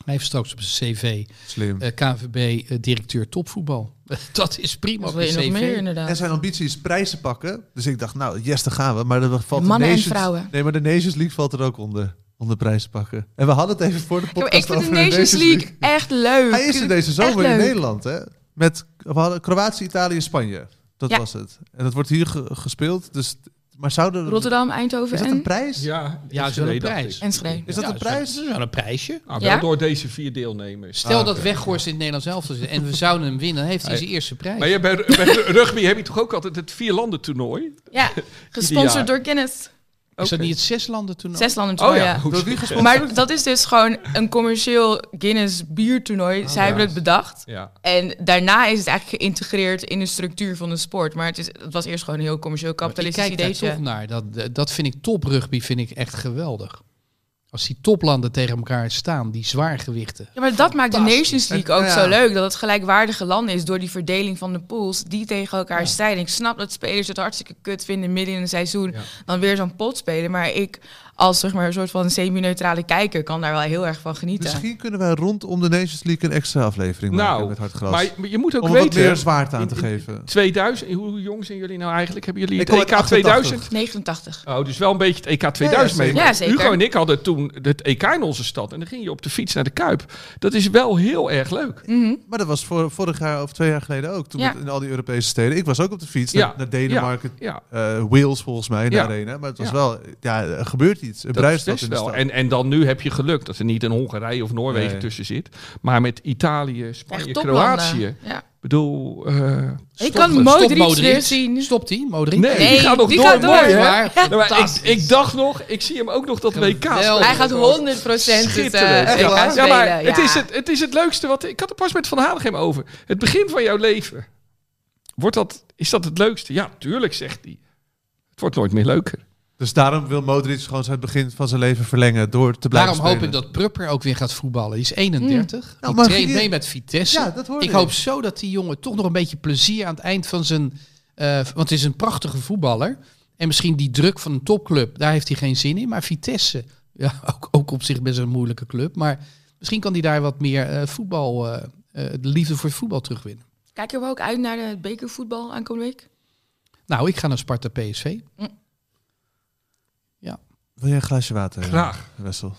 S4: Hij heeft straks op zijn cv
S5: Slim.
S4: eh KVB directeur topvoetbal. dat is prima
S8: Wat
S4: op
S8: wil
S4: een
S8: je nog
S4: cv.
S8: meer
S5: En
S8: inderdaad?
S5: zijn ambitie is prijzen pakken. Dus ik dacht, nou, yes, daar gaan we. Maar dan valt
S8: Mannen
S5: de
S8: en
S5: Nations...
S8: vrouwen.
S5: Nee, maar de Nations League valt er ook onder. Onder prijzen pakken. En we hadden het even voor de
S8: Ja, maar
S5: podcast
S8: ik vind de
S5: over
S8: Nations League echt leuk.
S5: Hij is er deze
S8: Echt
S5: zomer in
S8: leuk.
S5: Nederland, hè? Met we hadden Kroatië, Italië en Spanje. Dat
S8: Ja.
S5: was het. En dat wordt hier ge- gespeeld. Dus, maar zouden...
S8: Rotterdam,
S5: Is
S8: Eindhoven
S5: dat een
S8: en
S5: prijs?
S7: Ja,
S4: Ja, zo'n
S7: Enschede, dacht
S4: prijs.
S7: ik.
S8: Enschede.
S5: Is dat
S4: Ja,
S5: een prijs?
S4: Dat is wel een prijsje.
S7: Ah,
S8: Ja?
S7: wel door deze vier deelnemers.
S4: Stel
S5: Ah,
S4: dat
S5: oké.
S4: Weghorst in het Nederlands elftal zit en we zouden hem winnen, dan heeft hij
S7: Hey.
S4: zijn eerste prijs.
S7: Maar je, bij, bij rugby heb je toch ook altijd het vierlanden toernooi?
S8: Ja,
S7: jaar.
S8: gesponsord door Kennis.
S4: Is dat niet het zes landen
S5: Nou.
S4: toen?
S8: Zes landen
S7: Oh
S8: toernooi,
S7: ja,
S8: ja.
S7: hoe
S5: Door wie
S7: zeg je?
S5: gesponsord?
S8: Maar dat is dus gewoon een commercieel Guinness
S5: Ah,
S8: biertoernooi. Zij
S7: ja.
S8: hebben het bedacht.
S7: Ja.
S8: En daarna is het eigenlijk geïntegreerd in de structuur van de sport. Maar het, is, het was eerst gewoon een heel commercieel
S4: Ik
S8: kapitalistisch
S4: kijk daar toch
S8: ideetje.
S4: naar. Dat, dat vind ik top rugby, vind ik echt geweldig. Als die toplanden tegen elkaar staan, die zwaargewichten.
S8: Ja, maar dat maakt de
S4: Fantastisch.
S8: Nations League ook
S5: Ja.
S8: zo leuk. Dat het gelijkwaardige landen is door die verdeling van de pools die tegen elkaar strijden. Ik snap dat spelers het hartstikke kut vinden midden in een seizoen.
S7: Ja.
S8: Dan weer zo'n pot spelen. Maar ik, als zeg maar, een soort van semi-neutrale kijker, kan daar wel heel erg van genieten.
S5: Misschien kunnen wij rondom de Nations League een extra aflevering maken
S7: Nou,
S5: met Hartgras.
S7: maar je, maar je moet ook
S5: Om er wat
S7: weten...
S5: meer zwaard aan te
S7: in- in-
S5: geven.
S7: 2000, hoe jong zijn jullie nou eigenlijk? Hebben jullie
S5: Ik
S7: het
S5: kom
S7: EK
S4: E
S5: uit
S7: 2000?
S8: 89.
S7: Oh, dus wel een beetje het EK 2000
S5: Ja,
S7: mee.
S5: zeker.
S7: Maar
S8: Ja, zeker.
S7: Hugo en ik hadden toen het EK in onze stad. En dan ging je op de fiets naar de Kuip. Dat is wel heel erg leuk.
S8: Mhm.
S5: Maar dat was voor, vorig jaar of twee jaar geleden ook. Toen
S8: Ja.
S5: met- in al die Europese steden. Ik was ook op de fiets
S7: Ja.
S5: naar, naar Denemarken,
S7: Ja,
S5: eh, Wales volgens mij, in de
S7: Ja.
S5: arena. Maar het was
S7: Ja.
S5: wel, ja, er gebeurt iets. Er
S7: dat is
S5: bruist wat
S7: best
S5: in de
S7: wel.
S5: stad.
S7: En, en dan nu heb je geluk dat er niet een Hongarije of Noorwegen
S5: Nee.
S7: tussen zit. Maar met Italië, Spanje,
S8: Echt toplanden.
S7: Oh, Kroatië.
S8: Ja.
S7: bedoel, eh,
S8: Ik kan Modric weer zien.
S4: Stopt hij, Modric?
S7: nee, die
S8: Nee,
S7: gaat nog
S8: die
S7: door.
S8: gaat door.
S7: Mooi, hè?
S4: Maar
S7: Nou, maar ik,
S4: fantastisch.
S7: ik dacht nog, ik zie hem ook nog dat E WK spelen.
S8: Hij gaat 100 procent het eh,
S7: Schitterend.
S8: WK
S7: Ja,
S8: spelen.
S7: ja, maar
S8: ja.
S7: Het, is het, het is het leukste wat... Ik had het pas met Van Hanegem over. Het begin van jouw leven. Wordt dat, is dat het leukste? Ja, tuurlijk, zegt hij. Het wordt nooit meer leuker.
S5: Dus daarom wil Modric gewoon zijn begin van zijn leven verlengen door te blijven
S4: Daarom hoop ik
S5: spelen.
S4: dat Prupper ook weer gaat voetballen. Die is
S8: Hmm.
S4: 31.
S5: Nou,
S4: die
S5: maar
S4: traint
S5: die-
S4: mee met Vitesse.
S5: Ja, dat hoor
S4: ik
S5: ik.
S4: hoop zo dat die jongen toch nog een beetje plezier aan het eind van zijn... eh, want het is een prachtige voetballer. En misschien die druk van een topclub, daar heeft hij geen zin in. Maar Vitesse, ja, ook, ook op zich best een moeilijke club. Maar misschien kan hij daar wat meer eh, voetbal... eh, eh, de liefde voor voetbal terugwinnen.
S8: Kijken we ook uit naar de bekervoetbal aankomende week?
S4: Nou, ik ga naar Sparta PSV.
S5: Wil jij een glaasje water?
S7: Graag.
S5: Wessel.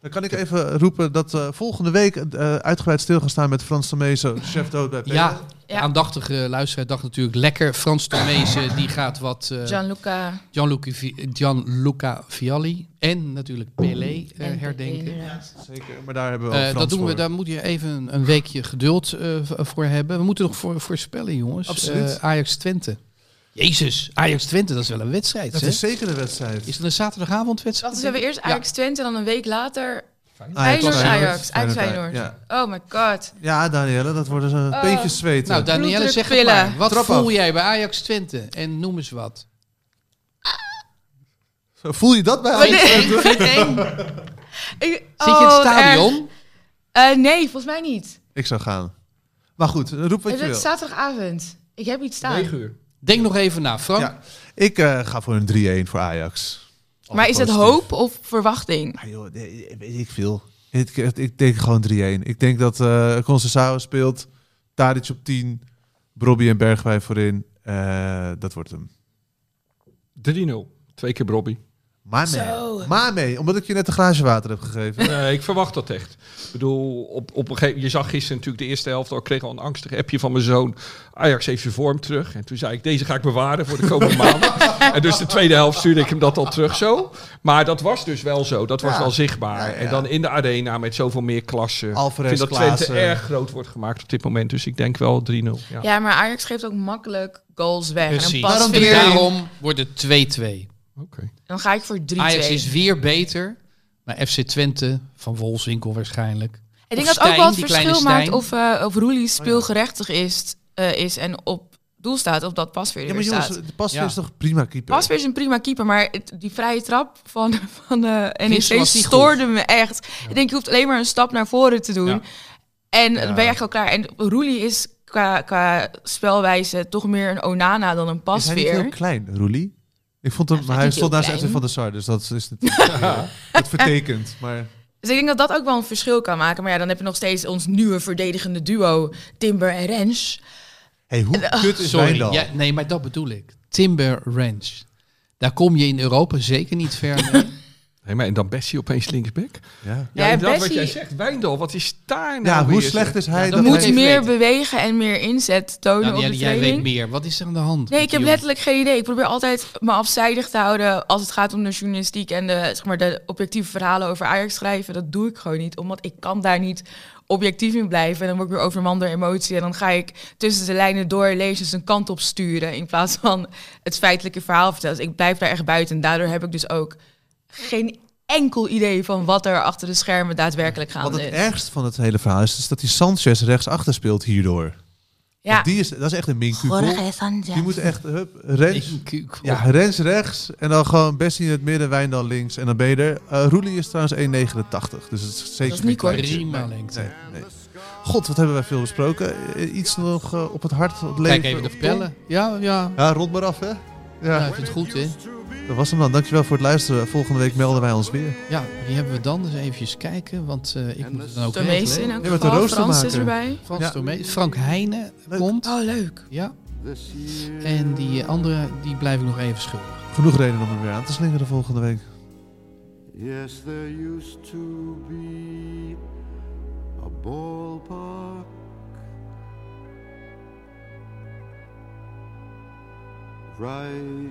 S5: Dan kan ik even roepen dat eh, volgende week eh, uitgebreid stil gaan staan met Frans Tomezo, chef dood bij Peter.
S4: Ja,
S8: Ja.
S4: de aandachtige luisteraar dacht natuurlijk lekker. Frans Tomezen, die gaat wat... eh,
S8: Gianluca
S4: Gianluca, Vi- Gianluca Vialli en natuurlijk Pelé eh,
S8: en
S4: herdenken.
S8: inderdaad.
S5: Zeker, maar daar hebben we
S4: Eh,
S5: al Frans
S4: dat doen we,
S5: voor.
S4: daar moet je even een, een weekje geduld eh, v- voor hebben. We moeten nog voor, voorspellen, jongens.
S5: Absoluut.
S4: Eh, Ajax Twente. Jezus, Ajax Twente, dat is wel een wedstrijd.
S5: Dat
S4: hè?
S5: is
S4: Is,
S5: zeker een wedstrijd.
S4: dat een zaterdagavondwedstrijd?
S8: Wacht, dus hebben we eerst Ajax Twente en dan een week later
S5: Ah, Feyenoord,
S8: Feyenoord, Ajax, uit
S5: Feyenoord,
S8: Feyenoord.
S5: Ja.
S8: Oh my god.
S5: ja, Danielle, dat worden ze een
S8: Oh.
S5: beetje zweten.
S4: Nou, Danielle,
S8: Bloeddruk
S4: zeg het
S8: pillen.
S4: maar. Wat
S5: Trap
S4: voel
S5: af.
S4: jij bij Ajax Twente? En noem eens wat.
S5: Voel je dat bij
S8: Wat
S5: Ajax?
S8: is- Ik-
S4: Zit je in het
S8: oh, wat erg.
S4: stadion?
S8: Eh, nee, volgens mij niet.
S5: Ik zou gaan. Maar goed, roep wat
S8: het
S5: je
S8: is
S5: wil.
S8: zaterdagavond. Ik heb iets staan.
S7: 9 uur.
S4: Denk nog even na, Frank.
S5: Ja. Ik eh, ga voor een 3-1 voor Ajax.
S8: maar is het
S5: Positief.
S8: hoop of verwachting?
S5: Ah, joh, eh, eh, weet ik veel. Ik, ik- ik denk gewoon 3-1. Ik denk dat eh Concesao speelt. Tadic op 10. Brobby en Bergwijn voorin. Eh, dat wordt hem.
S7: 3-0. Twee keer Bobby.
S5: Maar
S8: Zo.
S5: mee. Maar mee. Omdat ik je net een glaasje water heb gegeven.
S7: Nee, ik verwacht dat echt. Ik bedoel, op, op een gegeven je zag gisteren natuurlijk de eerste helft al. Ik kreeg al een angstig appje van mijn zoon. Ajax heeft zijn vorm terug. En toen zei ik, deze ga ik bewaren voor de komende maanden. En dus de tweede helft stuurde ik hem dat al terug zo. Maar dat was dus wel zo. Dat was
S5: Ja.
S7: wel zichtbaar.
S5: Ja, ja.
S7: En dan in de arena met zoveel meer klassen.
S5: Alvarez,
S7: ik vind dat Twente
S5: Klaassen.
S7: erg groot wordt gemaakt op dit moment. Dus ik denk wel 3-0. Ja.
S8: Ja, maar Ajax geeft ook makkelijk goals weg. En
S4: Precies.
S8: dan, pas
S4: Daarom,
S8: vind ik-
S4: daarom wordt het 2-2.
S7: Oké.
S8: dan ga ik voor 3-2.
S4: Ajax is weer beter. Maar FC Twente, van Wolfswinkel waarschijnlijk.
S8: Ik denk
S4: Of
S8: dat ook wel
S4: Stijn,
S8: het
S4: die kleine
S8: verschil maakt
S4: Stijn.
S8: of, eh of
S5: Oh,
S8: Roelie speelgerechtig is, eh, is en op doel staat, of dat Pasveer
S5: Ja,
S8: er
S5: maar jongens, eh,
S8: staat.
S5: de Pasveer
S4: Ja.
S5: is toch prima keeper?
S8: Pasveer is een prima keeper, maar het- die vrije trap van, van eh, de
S4: Gisteren
S8: NEC
S4: was die
S8: stoorde me echt. Ik denk, je hoeft alleen maar een stap naar voren te doen.
S7: Ja.
S8: En dan ben je echt al klaar. En Roelie is qua, qua spelwijze toch meer een Onana dan een
S5: is hij niet heel
S8: Pasveer.
S5: klein, Roelie? Ik vond hem,
S8: Ja,
S5: maar
S8: hij
S5: hij
S8: is
S5: stond
S8: heel
S5: naast Edwin
S8: klein.
S5: van der Sar, dus dat is het, ja, het vertekent. Maar
S8: Dus ik denk dat dat ook wel een verschil kan maken. Maar ja, dan heb je nog steeds ons nieuwe verdedigende duo, Timber en Rens.
S5: hey, hoe kut is
S4: Sorry.
S5: Wijndal?
S4: Ja, nee, maar dat bedoel ik. Timber Ranch. Daar kom je in Europa zeker niet ver mee. Nou,
S7: Nee, maar en dan Bessie opeens linksback.
S5: Ja.
S8: Ja,
S7: inderdaad, wat
S8: Bessie-
S7: jij zegt. Wijndal, wat is daar nou
S5: Ja, hoe
S7: weer,
S5: slecht
S7: zeg.
S5: is hij?
S4: Ja,
S5: dat
S4: moet
S5: hij-
S8: Moet
S4: even
S8: meer
S4: weten.
S8: bewegen en meer inzet tonen op
S4: Danielle,
S8: de
S4: jij weet
S8: training.
S4: meer. Wat is er aan de hand? met
S8: Nee, ik heb
S4: die jongen?
S8: letterlijk geen idee. Ik probeer altijd me afzijdig te houden als het gaat om de journalistiek en de, zeg maar, de objectieve verhalen over Ajax schrijven. Dat doe ik gewoon niet, omdat ik kan daar niet objectief in blijven. En dan word ik weer overmand door emotie en dan ga ik tussen de lijnen door lezers een kant op sturen in plaats van het feitelijke verhaal vertellen. Dus ik blijf daar echt buiten en daardoor heb ik dus ook geen enkel idee van wat er achter de schermen daadwerkelijk
S5: Wat
S8: gaande
S5: het
S4: dus.
S8: is.
S5: ergste van het hele verhaal is, is dat die Sanchez rechtsachter speelt hierdoor.
S8: Ja,
S5: Want Die is, dat is echt een minkukel. Die moet echt, hup,
S4: Ik-
S5: Rens,
S4: ik- ik-
S5: ja, Rens rechts en dan gewoon Bessie in het midden, Wijndal links en dan ben je er. Eh, Roelie is trouwens 1,89, dus het is zeker
S8: is
S5: geen
S8: niet kort.
S5: kleintje.
S4: Prima
S5: Nee,
S4: lengte.
S5: nee, nee. God, wat hebben wij veel besproken. Eh, Iets nog eh, op het hart, op het leven.
S4: Kijk even
S5: op
S4: de pellen. Ja, ja.
S5: Ja, rond maar af, hè.
S4: Ja, Nou,
S5: Ja,
S4: ik vind het goed, hè?
S5: dat was hem dan. Dankjewel voor het luisteren. Volgende week melden wij ons weer.
S4: Ja, die hebben we dan. Dus eventjes kijken, want eh, ik moet het dan ook
S8: Tomees in
S4: regelen.
S8: elk
S5: Je bent een
S8: geval.
S5: rooster
S8: Frans is
S5: maken.
S8: erbij.
S4: Frans
S5: Ja.
S4: Tomees. Frank Heijnen
S5: Leuk.
S4: komt.
S8: Oh, leuk.
S4: Ja.
S6: This year.
S4: En die eh, andere, die blijf ik nog even schuldig.
S5: Genoeg reden om er weer aan te slingeren volgende week.
S6: Yes, there used to be a ballpark. Right